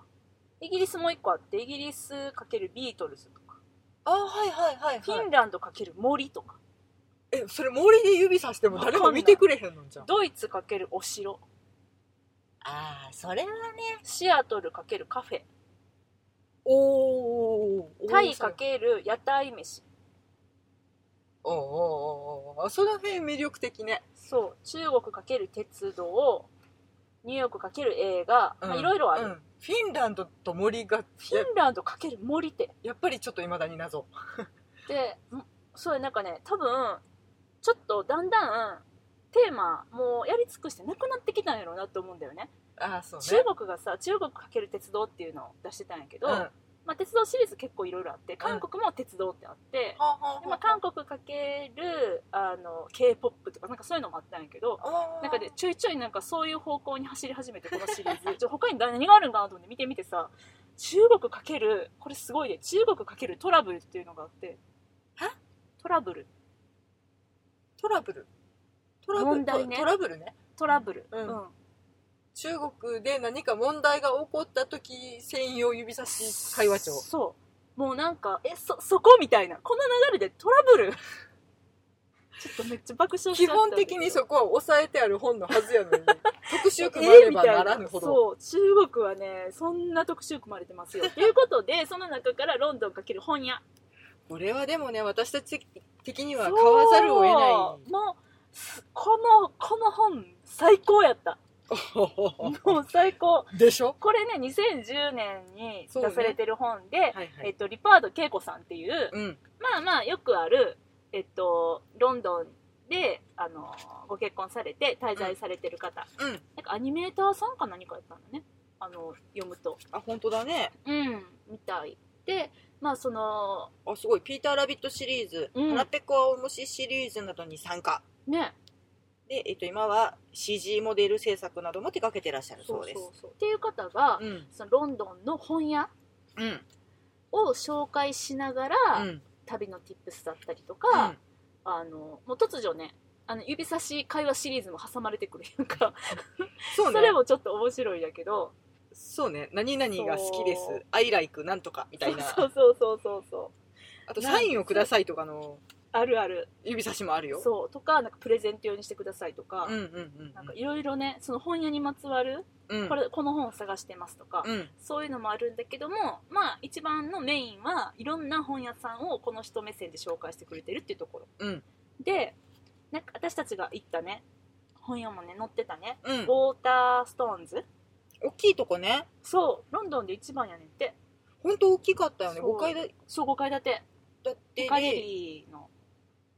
イギリスもう一個あってイギリス×ビートルズとか
ああはいはいはい
フィ
は
ン
い
ランド×森とか
えそれ森で指さしても誰も見てくれへんのんじゃん
ドイツ×お城
ああそれはね
シアトル×カフェ
おーおーおー
タイ×屋台飯
おーおーおーおーその辺魅力的ね
そう中国×鉄道ニューヨーク×映画
うん
まあいろいろある、
うんフィンランドと森が
フィンランド×森って
やっぱりちょっといまだに謎
でんそうなんかね多分ちょっとだんだんテーマもうやり尽くしてなくなってきたんやろうなと思うんだよね
ああそうね
中国がさ中国×鉄道っていうのを出してたんやけど、
うん
まあ、鉄道シリーズ結構いろいろあって韓国も鉄道ってあって、
はあはあ
でまあ、韓国×あの k p o p とかなんかそういうのもあったんやけど
あー
なんかでちょいちょいなんかそういう方向に走り始めてこのシリーズ ちょ他に何があるんかなと思って見てみてさ中国かけるこれすごいね中国かけるトラブルっていうのがあって
は
トラブル
トラブルトラブル
問題ね
トラブルね
トラブル
うん
うん
中国で何か問題が起こった時専用指差し会話帳
そうもうなんかえそそこみたいなこの流れでトラブル ちょっとめっちゃ爆笑し
基
ちゃったん
本
だけど
的にそこは抑えてある本のはずやのに 特集組まればならぬほど、
そう中国はねそんな特集組まれてますよということでその中からロンドンかける本屋
これはでもね私たち的には買わざるを得
そ
な
うもうすこのこの本最高やった
い
もう最高
でしょ、
これね2010年に
そうね
出されてる本で、
はいは
え
い
っと、リパード恵子さんっていう、
うん、
まあまあよくある、えっと、ロンドンであのご結婚されて滞在されてる方、
うん、
なんかアニメーターさんか何かやったんだねあの読むと
あ本当だね
うんみたいでまあその
あすごい「ピーター・ラビット」シリーズ「
うん
はらぺこはおもし」シリーズなどに参加
ね
で、えっと、今は CG モデル制作なども手掛けてらっしゃるそうです
そうそうっていう方が、
うん
そのロンドンの本屋
うん
を紹介しながら、
うん
旅の tips だったりとか、あのもう突如ねあの指差し会話シリーズも挟まれてくるやんか
そ
そ,、
うね
れもちょっと面白いんだけど
そうね何々が好きです
そう
I like なんとかみたい な
そうそうそうそうそう
あとサインをくださいとかの
あるある
指差しもあるよ
そうとかなんかプレゼント用にしてくださいとか、
うんうんうん
なんかいろいろねその本屋にまつわる、
うん
これこの本を探してますとか、
うん
そういうのもあるんだけどもまあ一番のメインはいろんな本屋さんをこの人目線で紹介してくれてるっていうところ、
うん
でなんか私たちが行ったね本屋もね載ってたね
う
ウ
ん
ォーターストーンズ
大きいとこね
そうロンドンで一番やねんって
本当大きかったよね
そう
5階だ
そう5階建て
だって
カレリーの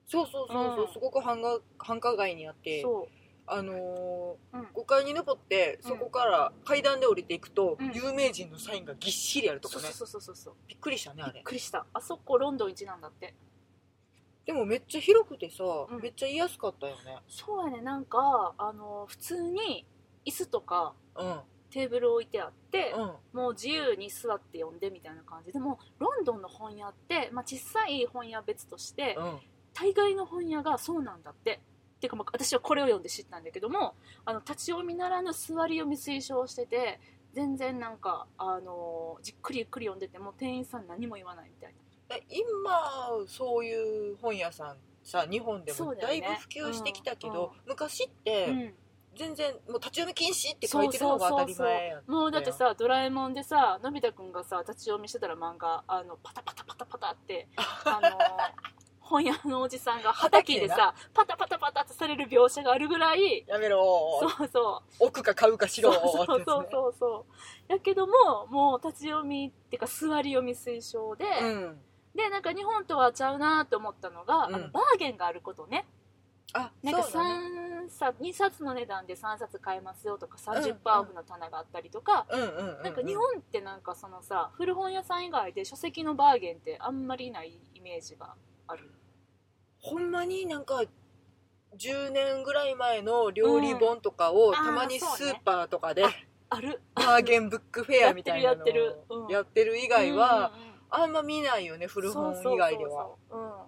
そうそうそうそう
うん
すごく繁華繁華街にあって
そ
あのー
うん
5階に登ってそこから階段で降りていくと、
うん
有名人のサインがぎっしりあると
そ
こ
う
ね
そうそうそうそう
びっくりしたねあ
びっ
れ
くりしたあそこロンドン一なんだって
でもめっちゃ広くてさ、
ん
めっちゃ言いやすかったよね
そうやねなんかあの普通に椅子とか
う
テーブル置いてあって、
んうん
もう自由に座って読んでみたいな感じでもロンドンの本屋って、まあ、小さい本屋別として
うん
大概の本屋がそうなんだっててかまあ私はこれを読んで知ったんだけどもあの立ち読みならぬ座り読み推奨してて全然なんか、あのじっくりゆっくり読んでても店員さん何も言わないみたいな
え今そういう本屋さんさ日本で
そ
も
うだ
だ
よ
い
ね
ぶ普及してきたけど、
うんうん
昔って、
うん
全然もう立ち読み禁止って書いてるのが当たり前やん
もうだってさ「ドラえもん」でさのび太くんがさ立ち読みしてたら漫画あのパタパタパタパタって あの本屋のおじさんが畑でさパタパタパタってされる描写があるぐらい
やめろ
そうそう
奥か買うかしろ
そう
って
そ
やつ
う
ね
そうそうそうやけどももう立ち読みっていうか座り読み推奨で、
うん
でなんか日本とはちゃうなと思ったのが、
うん
あのバーゲンがあることね
あ
なんか
そうだね
三冊、2冊の値段で3冊買えますよとか30%
うん
オフの棚があったりとか、
うんうんうんうん
なんか日本ってなんかそのさ古本屋さん以外で書籍のバーゲンってあんまりないイメージがある
ほんまになんか10年ぐらい前の料理本とかを
んあー
たまにスーパーとかで
そうある
バーゲンブックフェアみたいなの
やってるやってるう
を
ん
やってる以
以
外はあんま見ないよね古本以外では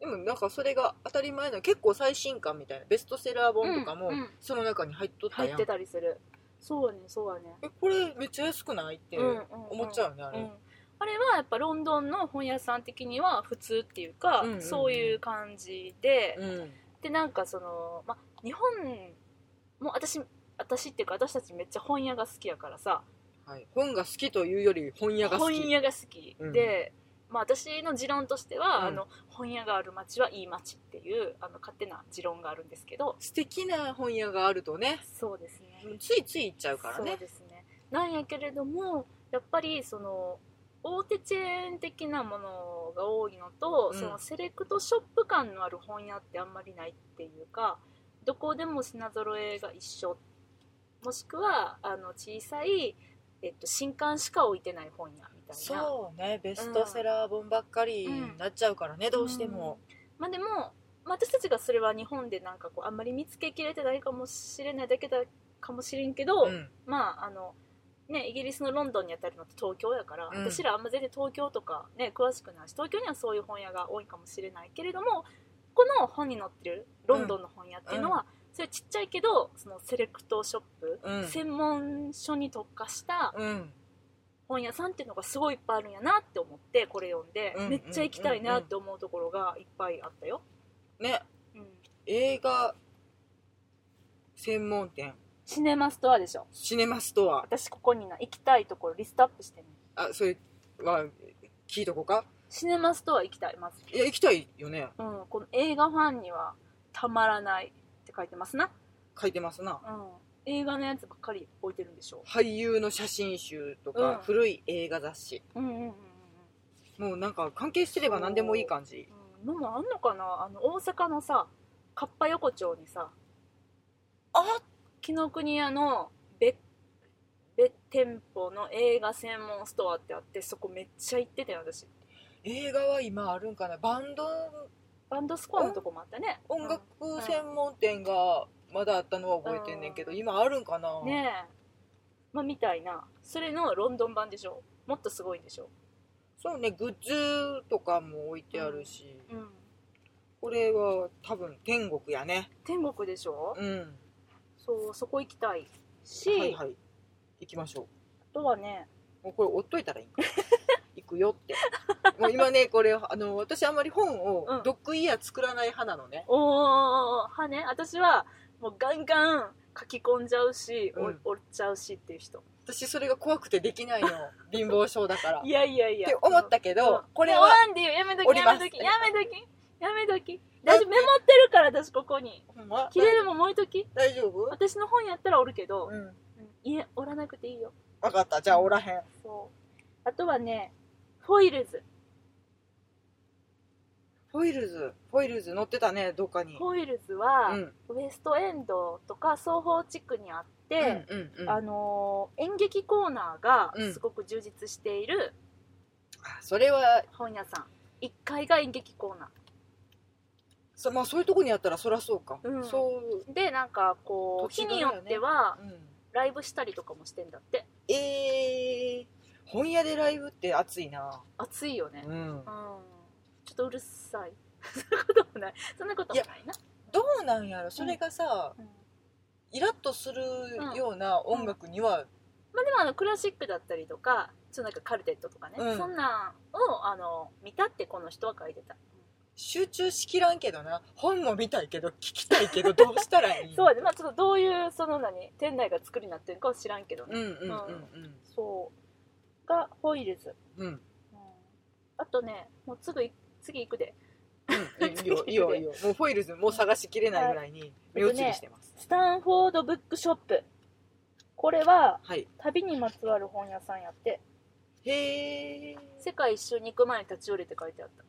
でもなんかそれが当たり前なの結構最新刊みたいなベストセラー本とかも
うんうん
その中に入っとった
入
や
っ
ん、
てたりするそうねそうだね
えこれめっちゃ安くないって
うんうんうん
思っちゃうよねあれ、
うんあれはやっぱロンドンの本屋さん的には普通っていうか、
うんうんうん
そういう感じで、
うん
でなんかその、ま、日本も私私っていうか私たちめっちゃ本屋が好きやからさ
はい、本が好きというより本屋が好き
本屋が好き、
うん
で、まあ、私の持論としては、
うん
あの本屋がある街はいい街っていうあの勝手な持論があるんですけど
素敵な本屋があるとね
そうですね
ついつい行っちゃうから
そう
ね
ですねなんやけれどもやっぱりその大手チェーン的なものが多いのと、
うん
そのセレクトショップ感のある本屋ってあんまりないっていうかどこでも品揃えが一緒もしくはあの小さい、えっと、新刊しか置いてない本屋みたいな
そうねベストセラー本ばっかりになっちゃうからね、どうしても、
うん、まあでも、まあ、私たちがそれは日本でなんかこうあんまり見つけきれてないかもしれないだけだかもしれんけど、
うん
まああのねイギリスのロンドンにあたるのって東京やから、
うん
私らあんま全然東京とかね詳しくないし東京にはそういう本屋が多いかもしれないけれどもこの本に載ってるロンドンの本屋っていうのは、それちっちゃいけどそのセレクトショップ、
うん
専門書に特化した
うん
本屋さんっていうのがすごいいっぱいあるんやなって思ってこれ読んで、
うん
めっちゃ行きたいなって思うところがいっぱいあったよ、
ね
うん、
映画専門店
シネマストアでしょ
シネマストア
私ここにな行きたいところリストアップしてね
あそれは聞いとこうか
シネマストア行きたいまず、
いや行きたいよね
うん、この映画ファンにはたまらないって書いてますな、
書いてますな
うん、映画のやつばっかり置いてるんでしょ
俳優の写真集とか、
うん
古い映画雑誌
ううんうんうんうん
もうなんか関係してれば何でもいい感じ
うんのもあんのかなあの大阪のさかっぱ横丁にさ
あ
紀ノ国屋の別別店舗の映画専門ストアってあってそこめっちゃ行ってたよ私
映画は今あるんかなバンド
バンドスコアのとこもあったね
音楽専門店がまだあったのは覚えてんねんけど、
うん
今あるんかな、
ねえまあみたいなそれのロンドン版でしょもっとすごいんでしょ
そうねグッズとかも置いてあるし、
うん
これは多分天国やね
天国でしょ、
うん
そうそこ行きたいし、
はいはい行きましょ
あとはね
うもうこれ追っといたらいいんか 行くよってもう今ねこれあの私あんまり本を
うん
ドッグイヤー作らない派なのね、
おーおーおーはね私はもうガンガン書き込んじゃうし、お
うん
折っちゃうしっていう人
私それが怖くてでき ないの貧乏症だからっ
いやいやいや
て思った
け
けど、これ
終
は
わんでいいよやめと
降
き
り
や
ます
めときやめときやめとき
だっ
私
て
メモってるから私ここに
ほんま
切れるもん置いとき
大丈夫
私の本やったらおるけど、
うん
うんいえおらなくていいよ
分かったじゃあおらへん
そうあとはねフォイルズ
フフォイルズフォイルズ乗ってたねどっかに
ホイルズは、
うん
ウエストエンドとか双方地区にあって、
うんうんうん
あのー演劇コーナーが
うん
すごく充実している
あそれは
本屋さん、1階が演劇コーナ
そ,、まあ、そういうとこにあったらそらそうか、
うん
そう、
ーでなんかこう
土
日
地柄
に
よ
よ
ね
っては
うん
ライブしたりとかもしてんだって
えー、本屋でライブって熱いな、
暑いよね、うん
うん、
ちょっとうるさい そんなこともないそんなこともないな
どうなんやろそれがさ、
うん
イラッとするような音楽には、
まあ、でもあのクラシックだったりとかちょっとなんかカルテットとかね、
うん
そんなんをあの見たってこの人は書いてた、
集中しきらんけどな本も見たいけど聞きたいけどどうしたらいい
そうやねまあちょっとどういうその何店内が作りになってるかは知らんけどね、
うんうんうん
そうがホイールズ、
うんうん
うんあとねもうすぐい次行くで
うんいいよいいよいいよもうフォイルズもう探しきれないぐらいに目移りしてます、
スタンフォードブックショップこれは
はい
旅にまつわる本屋さんやって
へえ
世界一周に行く前に立ち寄れって書いてあった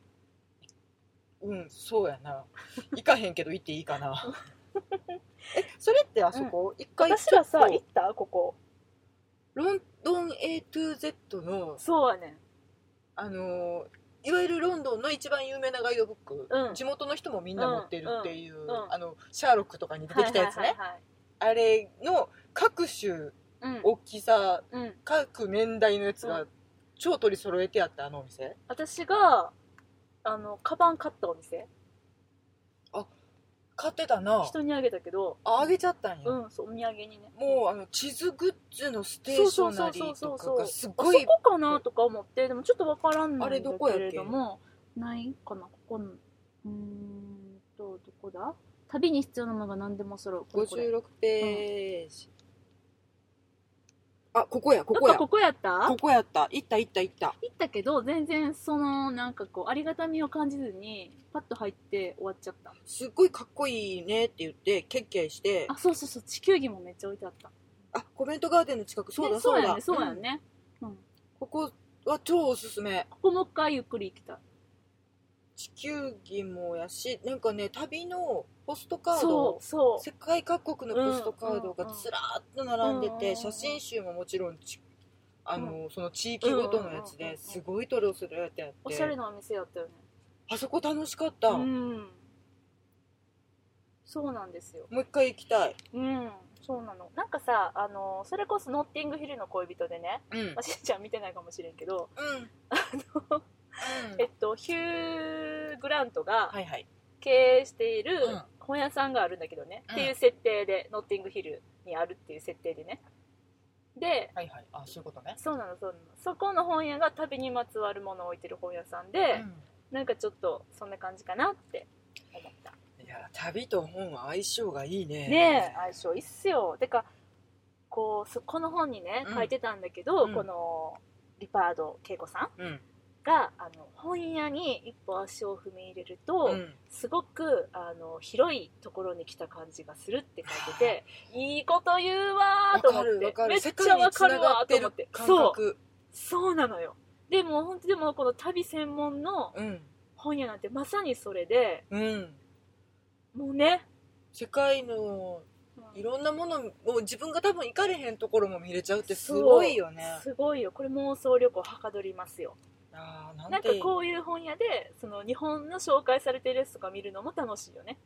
うんそうやな行かへんけど行っていいかなえそれってあそこ、一回
私らさ
ちょ
行
っと
ったここ
ロンドン A to Z の
そうやね
あのーいわゆるロンドンの一番有名なガイドブック、
うん
地元の人もみんな持ってるっていう、
んうん
あのシャーロックとかに出てきたやつね、
はいはい
あれの各種
はいはい
大きさ
うん、うん、
各年代のやつ
う
が超取り揃えてあったあのお店
私があのカバン買ったお店
買ってたな
人にあげたけど
ああげちゃったんや、
うんそうお土産にね
もうあの地図グッズのステーショナリーとかがすご
あ
い
そこかなとか思ってでもちょっとわからんないんだ
あれどこやっ
け
け
れどもないかなここのうーんとどこだ旅に必要なものが何でも揃うこれこれ
56ページ、あここやこ
やっ
こや
ぱここやった
ここやった行った行った行った
行ったけど全然そのなんかこうありがたみを感じずにパッと入って終わっちゃった
すっごいかっこいいねって言ってケッケイして
あそうそうそう地球儀もめっちゃ置いてあった
あコメントガーデンの近くそうだ
ね
そうだ
やねそうや
ん
ね、うん
ここは超おすすめ
ここもう一回ゆっくり行きたい
地球儀もやしなんかね旅のポストカー
そ
ド
うそう
世界各国のポストカード
うん
が
うんうん
ずらーっと並んで
うんうんう
て
ん
写真集ももちろんちあの、その地域ごとのやつ
うんうんうんうん
ですごいトロするやつやって
おしゃれなお店やったよね
あそこ楽しかった、
う
も
んそうなんですよ
う一回行きたい、
うんそうなのなんかさあのそれこそ「ノッティングヒルの恋人」でね、
うんう
ま
ん
あ、しんちゃん見てないかもしれんけど、
うん
えっと、ヒュー・グラントが
はいはい
経営している
うん
本屋さんがあるんだけどね、
うん
っていう設定でノッティングヒルにあるっていう設定でねで
はいはいあそういうことね、
そうなのそうなのそこの本屋が旅にまつわるものを置いてる本屋さんで、なんかちょっとそんな感じかなって思った
うんいや旅と本は相性がいいね
ねえ相性いいっすよてかこうそこの本にね
うん
書いてたんだけど、
うん
このリパード恵子さん
うん
があの本屋に一歩足を踏み入れると、
うん
すごくあの広いところに来た感じがするって書いてて いいこと言うわーと思って
わかる
め
わ
っ
かる
ちゃわかるわーと
世界に繋
思
が
っ
って
て
る感
そう
覚
そうなのよでも本当でもこの旅専門の
うん
本屋なんてまさにそれで
うん
もうね、
世界の
うん
いろんなものを自分が多分行かれへんところも見れちゃうってすごいよね
そうすごいよこれ妄想旅行はかどりますよ
あーな
なんんか
ていい
こういう本屋でその日本の紹介されてるやつとか見るのも楽しいよね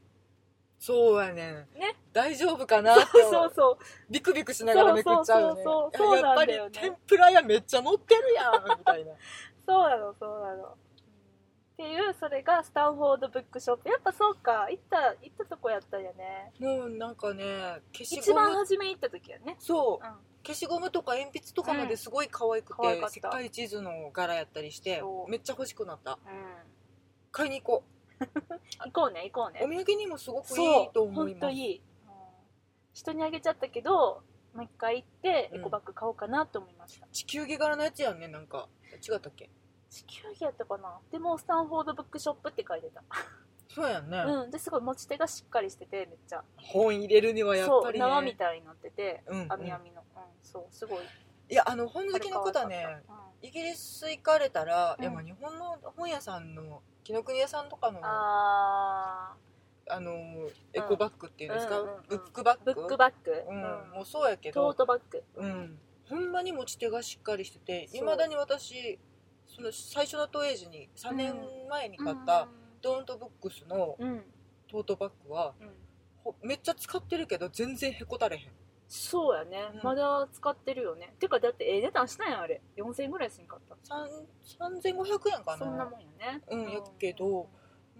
そうやねん
ね
大丈夫かなって
そうそうそう
ビクビクしながらめくっちゃうよね
そうそうそうそう
やっぱり
そうなんだよね
天ぷら屋めっちゃ乗ってるやんみたいな
そうなのそうなのっていうそれがスタンフォードブックショップやっぱそうか行った行ったとこやったんやね
もうなんかね消し
一
ゴ
番
ム
初めに行った時やね
そ
う
う
ん
消しゴムとか鉛筆とかまですごい可愛く
うん可愛
て、
かった
世界地図の柄やったりして
そう
めっちゃ欲しくなっ
う
た
ん
買いに行こ
行こうね行こう
うお
ね
土産にもすごくい
そ
いうと思い
本当
ます
いい、うん人にあげちゃったけどもう一回行って
う
エ
ん
コバッグ買おうかなと思いました、
地球儀柄のやつやんねなんか違ったっけ
地球儀やったかなでもスタンフォードブックショップって書いてた
そうやんね、
うんですごい持ち手がしっかりしててめっちゃ
本入れるにはやっ
そ
ぱ
う
り
縄み
ね
たいになってて
うんうん
網網の、うんそうすごい
いやあの本好きの
こ
方ね
うん
イギリス行かれたら、
うん
いやまあ日本の本屋さんの紀ノ国屋さんとかのあ
あ
のエコバッグっていうんですか、
うんうんうん
ブックバッ
ーブ
グ
ックバッグ、
う
うん
ん、もうそうやけ
トー
ど、
トバッグ
うん、ほんまに持ち手がしっかりしてて
そう
いまだに私その最初の投影時に3年前に買った、ドーントブックスの
うん、うん
トートバッグはほめっちゃ使ってるけど全然へこたれへん
そうやね、
うん
まだ使ってるよねてかだってええ値段したんやんあれ4000円ぐらいしんかった
さん3500円かな
そんなもんやね
うんやけど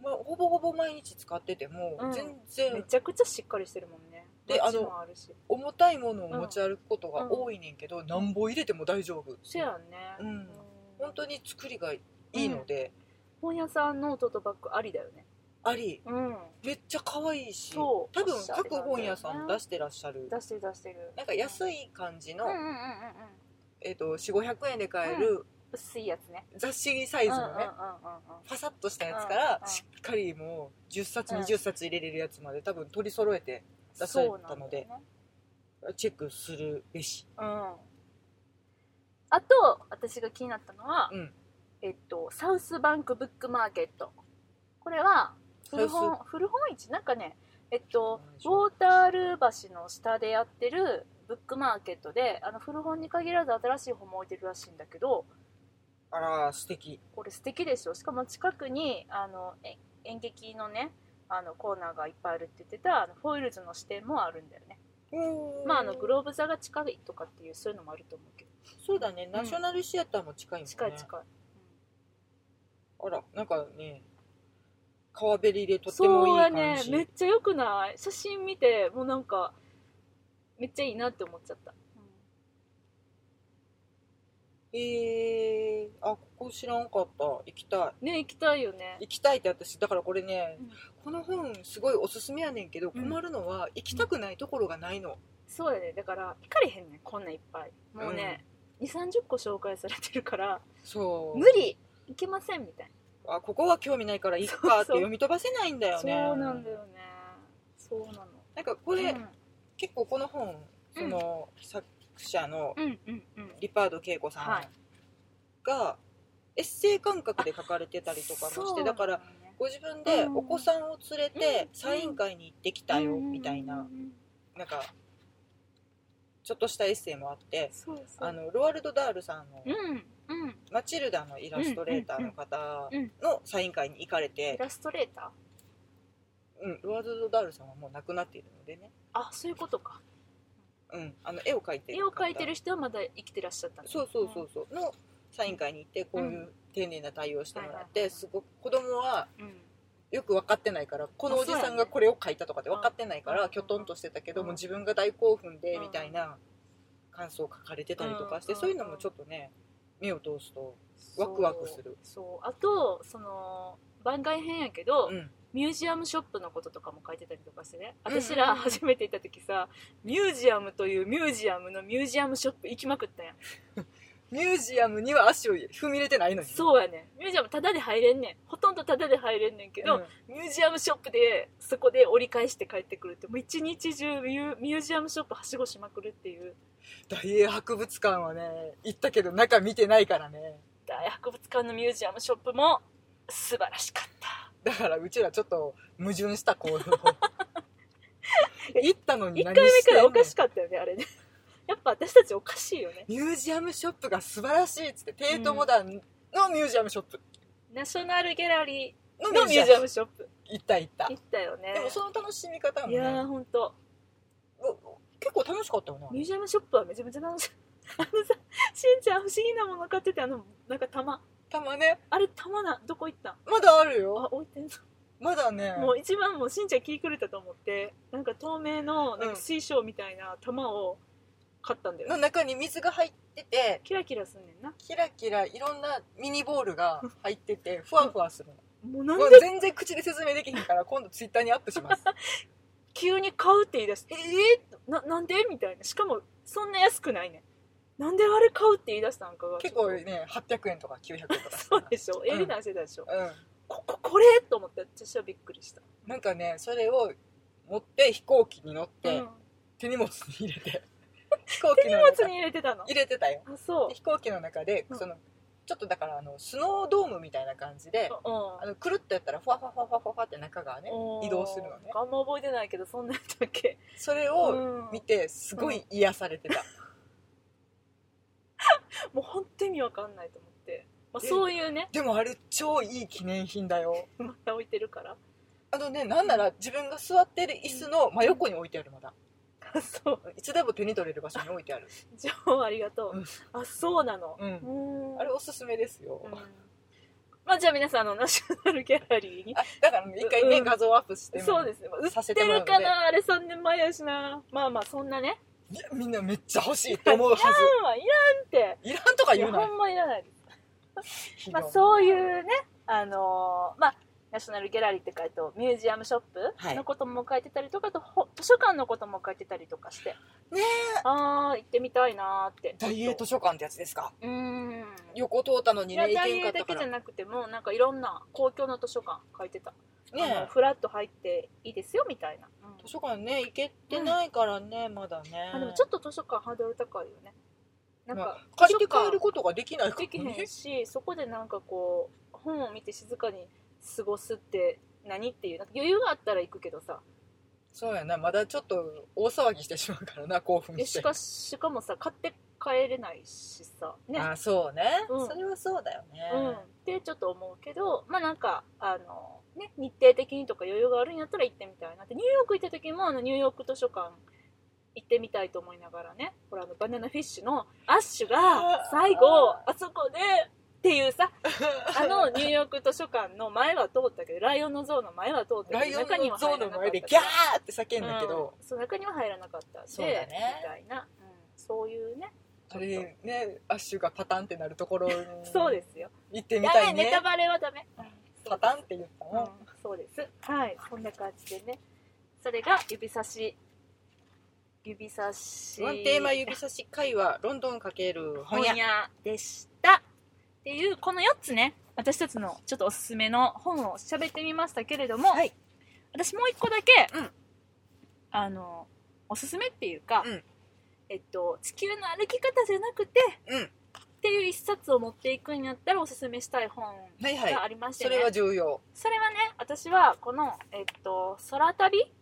まあ、ほぼほぼ毎日使ってても、
うん
全
め
然
ちゃくちゃしっかりしてるもんね
で
マッチもあるし
重たいものを持ち歩くことが多いねんけど、なん、ぼ入れても大丈夫
せやね、
うん本当に作りがいいので、
本屋さんのトートバッグありだよね
あり
うん
めっちゃ可愛いし多
そう
分
おしゃれなん
各
だよね
本屋さん出してらっしゃる
出してる出してる
なんか安い感じの、
うんうんうんうんうん
えっと4500円で買える
薄いやつね
雑誌サイズのね、
うんうんうんうんうん
ファサッとしたやつか
うん
ら
うん
しっかりもう10冊
うん
20冊入れれるやつまで多分取り揃えて出されたので
そうなんだよね
チェックするべし
うんあと私が気になったのは、
うん
えっとサウスバンクブックマーケットこれは古本古本市なんかねえっとウォータールー橋の下でやってるブックマーケットであの古本に限らず新しい本も置いてるらしいんだけど
あら素敵
これ素敵でしょしかも近くにあのえ演劇のねあのコーナーがいっぱいあるって言ってたあのフォイルズの支店もあるんだよねまああのグローブ座が近いとかっていうそういうのもあると思うけど
そうだねナショナルシアターも近いもんね
近い近い、
あらなんかね川べりでとってもい
そう
い
や
感
ね
じ
めっちゃ良くない写真見てもうなんかめっちゃいいなって思っちゃった、
えー、あここ知らんかった行きた
ね行きたいよね
い行きたいって私だからこれね、
うん
この本すごいおすすめやねんけど
うん
困るのは行きたくないところがないの、
そうやねだから行かれへんねんこんなんいっぱいもうね、2 3 0個紹介されてるから
そう
無理行けませんみたい
あここは興味ないからいっかって
そうそう
読み飛ばせないんだ
な、
よ
そ
ね
うなんだよねそうなの
なんかこれ、
うん
結構この本その、作者の
うんうんうん
リパード恵子
は
さ
い
んが、エッセイ感覚で書かれてたりとかもしてだからご自分で
うん
お子さんを連れて
うん
サイン会に行ってきたよみたいななんかちょっとしたエッセイもあって
そうそう
あのロワルド・ダールさんの
うんうん
マチルダのイラストレーターの方
うんうん
のサイン会に行かれ
イ
て、
ラストレーター
うん、ロワルド・ダールさんはもう亡くなっているのでね、
あそういうことか
うん、あの絵を描いてる
絵を描いて
る
る人はまだ生きてらっしゃったんだ
そうそうそうそうのサイン会に行ってこういう丁寧な対応してもらっ
うんはいはいは
て
い
すごく子供は
うん
よく分かってないからこのおじ
まあ
さ
そ
ん
うや
が
ね
これを書いたとかって分かってないか
う
ら
ん
きょとんとしてたけど
うん
もう自分が大興奮で
うん
みたいな感想を書かれてたりとかし
う
て
ん
そういうのもちょっとね目を通すと
そう
ワクワクする
そうあとその番外編やけど、
うん
ミュージアムショップのこととかも書いてたりとかしてね
うんうん
私ら初めて行った時さ、ミュージアムというミュージアムのミュージアムショップ行きまくったやん
ミュージアムには足を踏み入れてないのにう
そうやねミュージアムタダで入れんねんほとんどタダで入れんねんけど、
ん
ミュージアムショップでそこで折り返して帰ってくるってもう一日中ミューミュージアムショップはしごしまくるっていう
大英博物館はね行ったけど中見てないからね
大博物館のミュージアムショップも素晴らしかった
だからうちらちょっと矛盾し た行動を行ったのに
1
何
回目
して
か
んの
らおかしかったよねあれね やっぱ私たちおかしいよね
ミュージアムショップが素晴らしいっつって、テイトモダンのミュージアムショップ
ナショナルギャラリ
の
ー
ミュ
の
ー
ミ
ジ
ュー
アム
ジアムショップ
行った行った
行ったよね
でもその楽しみ方も、
いやー
ね、
ほんと
お結構楽しかったよ
ミュ
ね
ージアムショップはめちゃめちゃ楽 しいあのさしんちゃん不思議なもの買っててあのなんか玉
たまね
あれ玉などこ行ったん
まだある
あ
よ
置いてんぞ
まだね
もう一番もうしんちゃん気狂れたと思ってなんか透明のなんか水晶みたいな玉を買ったんだよね、
の中に水が入ってて
キラキラすんねんな
キラキラいろんなミニボールが入っててふわふわする
もうな
の
ん
もう
で
全然口で説明できへんから今度ツイッターにアップします
急に買うって言い出してえー、ななんでみたいなしかもそんな安くないねんなんであれ買うって言い出したんかが
結構
ちょっ
ね800円とか900円とか
と そうでしょええ値段してたでしょ、
う
こここれと思って私はびっくりした
んなんかねそれを持って飛行機に乗って、
うん
手荷物 に入れて飛行
手
機
荷
の
物
中
に入れてたの
入れてたよ
あそう
で飛行機の中で
うん
そのちょっとだからあのスノードームみたいな感じで
うん
あのくるっとやったらふわふわふわふわふわふわって中がね移動するのね
あんま覚えてないけどそんなんやったっけ
それ
う
を
ん
見てすごい癒されてた、
もう本当に意味わかんないと思って、まあ、
え
そういうね
でもあれ超いい記念品だよ
また置いてるから
あのねなんなら自分が座ってる椅子の真横に置いてあるまだ
そう
いつでも手に取れる場所に置いてある
情報ありがとう、
うん
あそうなの
うん
うん
あれおすすめですよ、
うんまあじゃあ皆さんあのナショナルギャラリーに
あだからね一回ね、
うん
画像をアップして
そうですね売
さ
っ
せ
て
てもらう
る
ので
かなあれ3年前やしなまあまあそんなね
いやみんなめっちゃ欲しいって思うはず
うんはいらんって
いらんとか
い
言
や
うな
ほんまいらない
ひど
ま
い
あ、そういうね、あのーまあ、ナショナルギャラリーって書いてミュージアムショッ
は
プ
い
のことも書いてたりとかあとほ図書館のことも書いてたりとかして
ね
あー行ってみたいなーって
大英図書館ってやつですか
うーん
横通ったのに
いや
ね行
大
けんか
英
っ
だ
た
け
か
じゃ
ら
なくてもなんかいろんな公共の図書館書いてた、あの
ね
フラッと入っていいですよみたいな、うん
図書館ね行けてないからね、まだね
あでもちょっと図書館ハードル高いよねなん
ま
か、
あ借りて帰ることができないから
で
ね
きへんしそこでなんかこう本を見て静かに過ごすって何っていうなんか余裕があったら行くけどさ
そうやなまだちょっと大騒ぎしてしまうからな興奮
え
して
しかしかもさ買って帰れないしさね
あそうね、
うん
それはそうだよね、
うんってちょっと思うけどまあなんかあのね日程的にとか余裕があるんやったら行ってみたいなってニューヨーク行った時もあのニューヨーク図書館行ってみたいと思いながらねほらあのバナナフィッシュのアッシュが最後あそこでっていう さあのニューヨーク図書館の前は通ったけどライオンの像の前は通った
ラ
け
イ
ど
オンの像の前でギャーって叫んだけど、
うんそう中には入らなかったんで
そうだね
みたいな、うん、そういうね
あれねアッシュがパタンってなるところに
そうですよ
行ってみ
や
たい
べえネ
ね
タバレはダメ、うん
パタンって言った
う
の、
ん、そうですはいこんな感じでねそれが指差し指差し
ワンテーマ指差し会話ロンドン×本
本
屋
屋でしたっていうこの4つね私たちのちょっとおすすめの本を喋ってみましたけれども、
はい
私もう一個だけ、
うん
あのおすすめっていうか、
うん
えっと「地球の歩き方」じゃなくて
うん
っていう一冊を持っていくんやったらおすすめしたい本
はいはい
がありまして
そ
ね、
れは重要
それはね私はこの「えっと、空旅」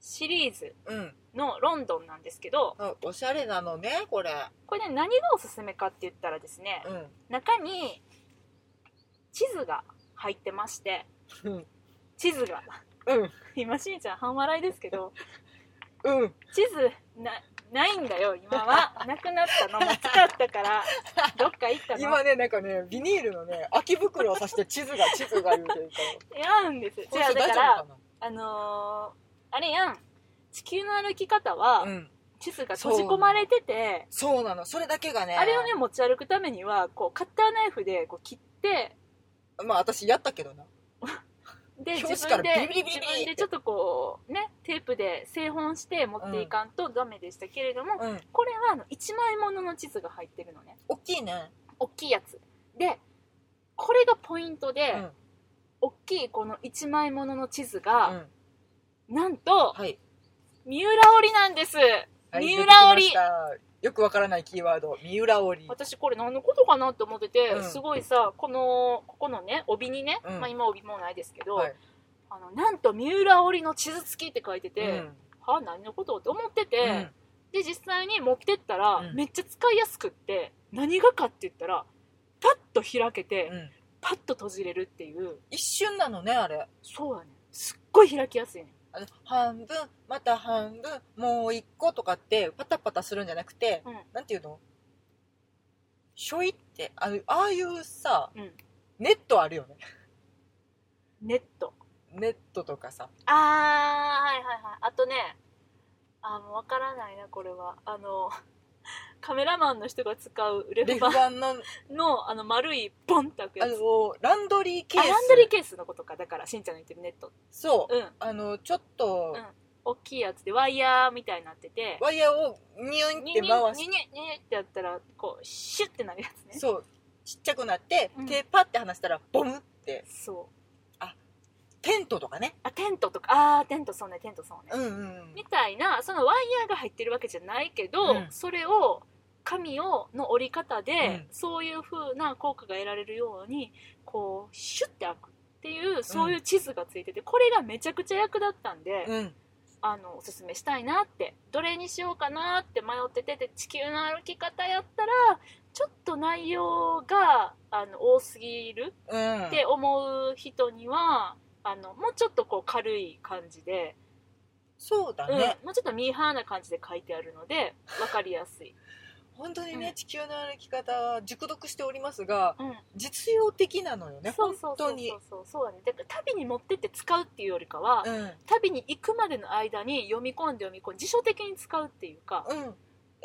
シリーズ
うん
のロンドンなんですけど
あおしゃれなのねこれ
これね何がおすすめかって言ったらですね、
う
中に地図が入ってまして
ん
地図が
うん
今しんちゃん半笑いですけど
うん
地図なないんだよ今 はなくなったのもう使ったからどっか行ったの
今ねなんかねビニールのね空き袋を刺して地図が地図が言うてるから
やんです じゃあ
これ
だ
大
か
丈
ら
夫か
あのーあれやん地球の歩き方は
なうん
地図が閉じ込まれてて、
そうなのそれだけがね
あれをね持ち歩くためにはこうカッターナイフでこう切って
まあ私やったけどな
で
表紙
自分
から
で
ビリビリビリ
自分でちょっとこうねテープで製本して持っていかんとダメでしたけれども、
うん
これはあの1枚ものの地図が入ってるのね
大きいね
大きいやつでこれがポイントで、
うん
大きいこの1枚ものの地図
う
が、
ん
なんと
はい
三浦織なんです、
はい
三浦
出て
織
きましたよくわからないキーワード三浦織
私これ何のことかなって思ってて、
うん
すごいさこのここのね帯にね、
うん
まあ、今帯もうないですけど、
はい
あのなんと三浦織の地図付きって書いてて、
うん
はあ何のことと思ってて、
うん
で実際に持ってったら、
うん
めっちゃ使いやすくって何がかって言ったらパッと開けて、
うん
パッと閉じれるっていう
一瞬なのねあれ
そうやねすっごい開きやすいね
あの半分また半分もう一個とかってパタパタするんじゃなくて、
うん
なんていうのしょいってあのああいうさ、
うん
ネットあるよね
ネット
ネットとかさ
あーはいはいはいあとねあーもうわからないなこれはあの カメラマンの人が使うレ
レ
フ
フ
板
板の
のあの丸いボンって開くや
あ
つ
のランドリーケー
あ
ス
ランドリーケースのことかだからしんちゃんの言ってるネット
そう、
うん
あのちょっと
うん大きいやつでワイヤーみたいになってて
ワイヤーをニュン
ニ
っ
ュ
て
ニュ
回
ニュ
し
ニュニュってやったらこうシュッてなるやつね
てそうちっちゃくなって、
うん
手パッて離したらボムって
そう
テントとかね
あテントとかあーテントそうねテントそうね、
うんうんうん
みたいなそのワイヤーが入ってるわけじゃないけど、
うん
それを紙をの折り方で、
う
そういう風な効果が得られるようにこうシュッて開くっていうそういう地図がついてて、これがめちゃくちゃ役立ったんで、
うん
あのおすすめしたいなってどれにしようかなって迷っててで地球の歩き方やったらちょっと内容があの多すぎる
うん
って思う人には、あのもうちょっとこう軽い感じで、
そうだ
うん
ね、
もうちょっとミーハーな感じで書いてあるので分かりやすい。
本当に
う
ね
ん
地球の歩き方は熟読しておりますが
うん
実用的なのよね
そう
本
そうそ
当
う
に
そうそうそうだねだから旅に持ってって使うっていうよりかは、
うん
旅に行くまでの間に読み込んで読み込んで辞書的に使うっていうか、
うん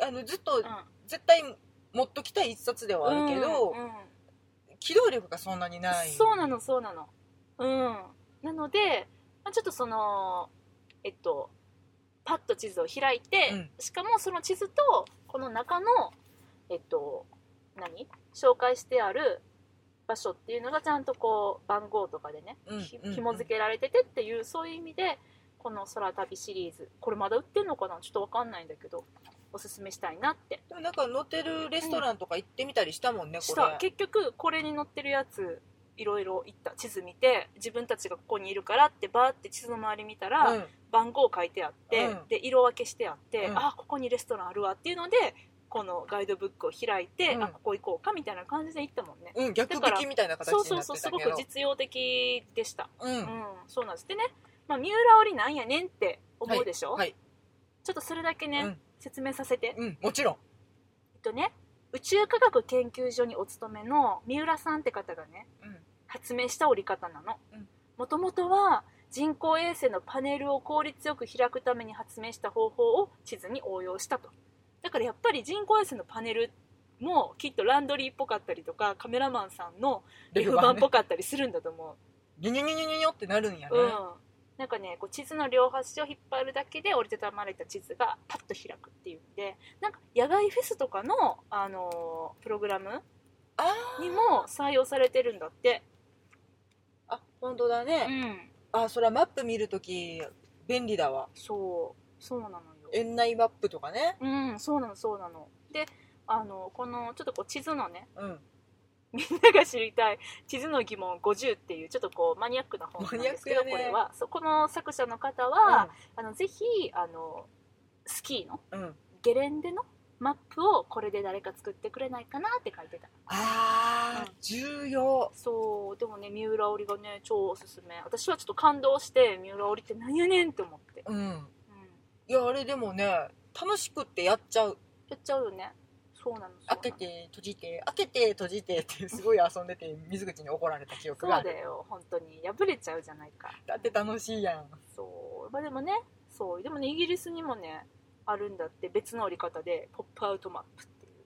あのずっと
うん
絶対持っときたい一冊ではあるけど、
うんうん
機動力がそんなにない
そうなのそうなのうんなので、まあ、ちょっとそのえっとパッと地図を開いて、
うん
しかもその地図とこの中のえっと何紹介してある場所っていうのがちゃんとこう番号とかでね、
うん
ひ
うん
紐付けられててっていうそういう意味でこの空旅シリーズこれまだ売ってんのかなちょっとわかんないんだけどおすすめしたいなって
でもなんか載ってるレストランとか行ってみたりしたもんね、
し
これ
た結局これに載ってるやついろいろ行った地図見て自分たちがここにいるからってバーって地図の周り見たら、
うん
番号書いてあって、
うん
で色分けしてあって、
うん
あここにレストランあるわっていうのでこのガイドブックを開いて、
うん
あここ行こうかみたいな感じで行ったもんね
うん、逆
だか
引
ら
きみたいな形に
そ
な
う
ってたけ
そう
ど
そうすごく実用的でした、
う
うん
ん、
そうなんですでね、まあ、三浦織なんやねんって思うでしょ、
はい
ちょっとそれだけね、
うん
説明させて
うん、もちろん
えっとね宇宙科学研究所にお勤めの三浦さんって方がね、
うん
発明した折り方なの
うん
もともとは人工衛星のパネルを効率よく開くために発明した方法を地図に応用したとだからやっぱり人工衛星のパネルもきっとランドリーっぽかったりとかカメラマンさんのレフ板っぽかったりするんだと思
ギュニュニュニュニュニュってなるんや
う、
ね、
うん、なんかねこう地図の両端を引っ張るだけで折りたたまれた地図がパッと開くっていうんでなんか野外フェスとかの、あのープログラム
あ
にも採用されてるんだって、
ああ本当だね、
ん、
あそれはマップ見るとき便利だわ
そうそうなのよ
園内マップとかね
うんそうなのそうなのであのこのちょっとこう地図のね
うん
みんなが知りたい地図の疑問50っていうちょっとこうマニアックな本なんですけど、
マニアックや
これ
ね
はそうこの作者の方は、あのぜひあのスキーの
うん、うん、
ゲレンデのマップをこれで誰か作ってくれないかなって書いてた
あー、
う
重要
そうでもね三浦織がね超おすすめ私はちょっと感動して三浦織って何やねんって思って、
うん
うん、
いやあれでもね楽しくってやっちゃう
やっちゃうよねそうなのそうな
開
の
けて閉じて開けて閉じてってすごい遊んでて水口に怒られた記憶
そう
がある
だよ本当に破れちゃうじゃないか
だって楽しいやん
そうまあでもねそうでもねイギリスにもねあるんだって別の折り方でポップアウトマップっていう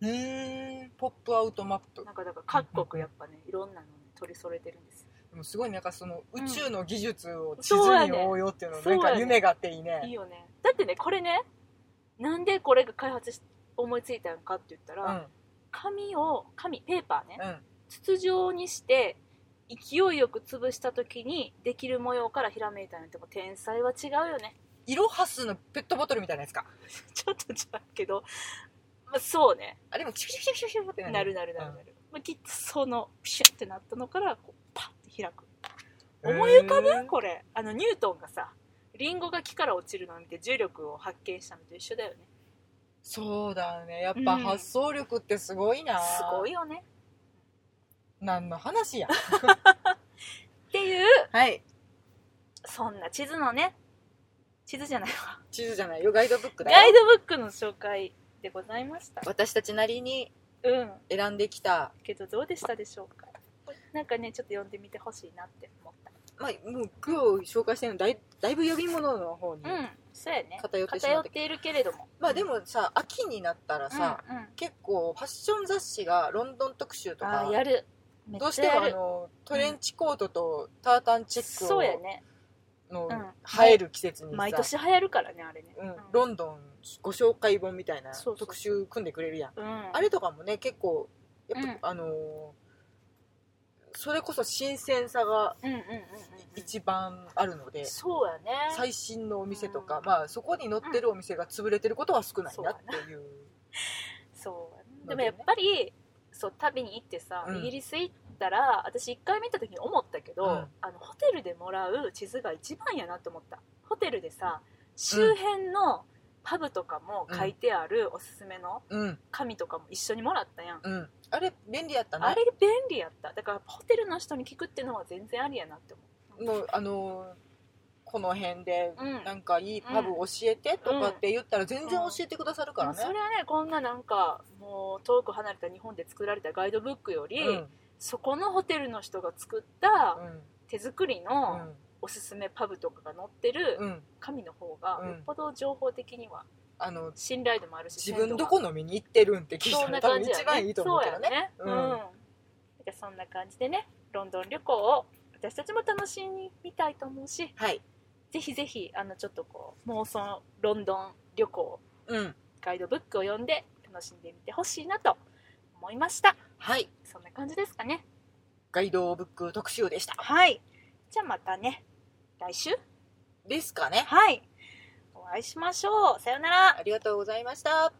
うーんポップアウトマップ
なんかだから各国やっぱねいろんなの、ね、取り揃えてるんですよ
でもすごいなんかその
うん
宇宙の技術を地図
そうや
に
ね
応用っていうのは
そうや
なん
ね
か夢があっていい
いい
ね
よねだってねこれねなんでこれが開発し思いついたのかって言った
う
ら、
ん
紙を紙ペーパーね、
うん
筒状にして勢いよく潰した時にできる模様からひらめいたのってもう天才は違うよね
イロハスのペットボトルみたいなやつか
ちょっと違うけど、まあ、そうね、
あれもチクチクチクチクチクって
なるなるなるなる、まあ、きっとそのピシュッてなったのからこうパッて開く
うん
思い浮かぶ、
へー
これあのニュートンがさリンゴが木から落ちるのを見て重力を発見したのと一緒だよね
そうだねやっぱ
うん
発想力ってすごいな
すごい
い
よね
何の 話や
っていう
はい
そんな地図のね地図じゃないわ
地図じゃないよガイドブックだ
ガイ
よ
ドブックの紹介でございました
私たちなりに
うん
選んできた
けどどうでしたでしょうかなんかねちょっと読んでみてほしいなって思った
まあもう句を紹介してるのだいだいぶ読み物の方に、
うんそうやね
偏ってしま
偏っ
っ
てているけれども
まあでもさ秋になったらさ、
うんうん
結構ファッション雑誌がロンドン特集と
あ
か
ーやるめっ
どうし
ちゃ
て
や
もあ
る
のトレンチコートとタータンチェック
そうや
を
ね
の
うん
映える季節にさ
毎年流行るからねあれね
うん
う
ロンドンご紹介本みたいな
そうそう
特集組んでくれるやん
んうん
あれとかもね結構やっ
うん
ぱあのーそれこそ新鮮さが
うんうんうんうん
一番あるので
そうやね
最新のお店と
う
か
ん
まあそこに載ってるお店が潰れてることは少ないなっていう
そう
ま
で
あ
もやっぱりそう旅に行ってさ、
うん
イギリス行ったら私1回見た時に思ったけど、
うん
あのホテルでもらう地図が一番やなと思ったホテルでさ周辺のパブとかも書いてあるおすすめの
うん
紙とかも一緒にもらったやん、
うんあれ便利やったね
あれ便利やっただからホテルの人に聞くっていうのは全然ありやなって思う
もうあのーこの辺で
うん
なんかいいパブ教えてとかって言ったら全然教えてくださるからね
それはねこんななんかもう遠く離れた日本で作られたガイドブックより、
うん
そこのホテルの人が作った
うん
手作り
う
の
ん
おすすめパブとかが載ってる
うん
紙の方が
うん
よっぽど情報的には
あの
信頼度もあるし
自分どこ飲みに行ってるんって聞い
鮮度がそ
た
んな感
ら多分
じや
一番いいと思うけどね
そうやねうん、
うん
でそんな感じでねロンドン旅行を私たちも楽しみたいと思うし
はい
ぜひぜひあのちょっとこう妄想ロンドン旅行
うん
ガイドブックを読んで楽しんでみてほしいなと思いました
はい
そんな感じですかね
ガイドブック特集でした
はいじゃあまたね来週
ですかね
はいお会いしましょうさようなら
ありがとうございました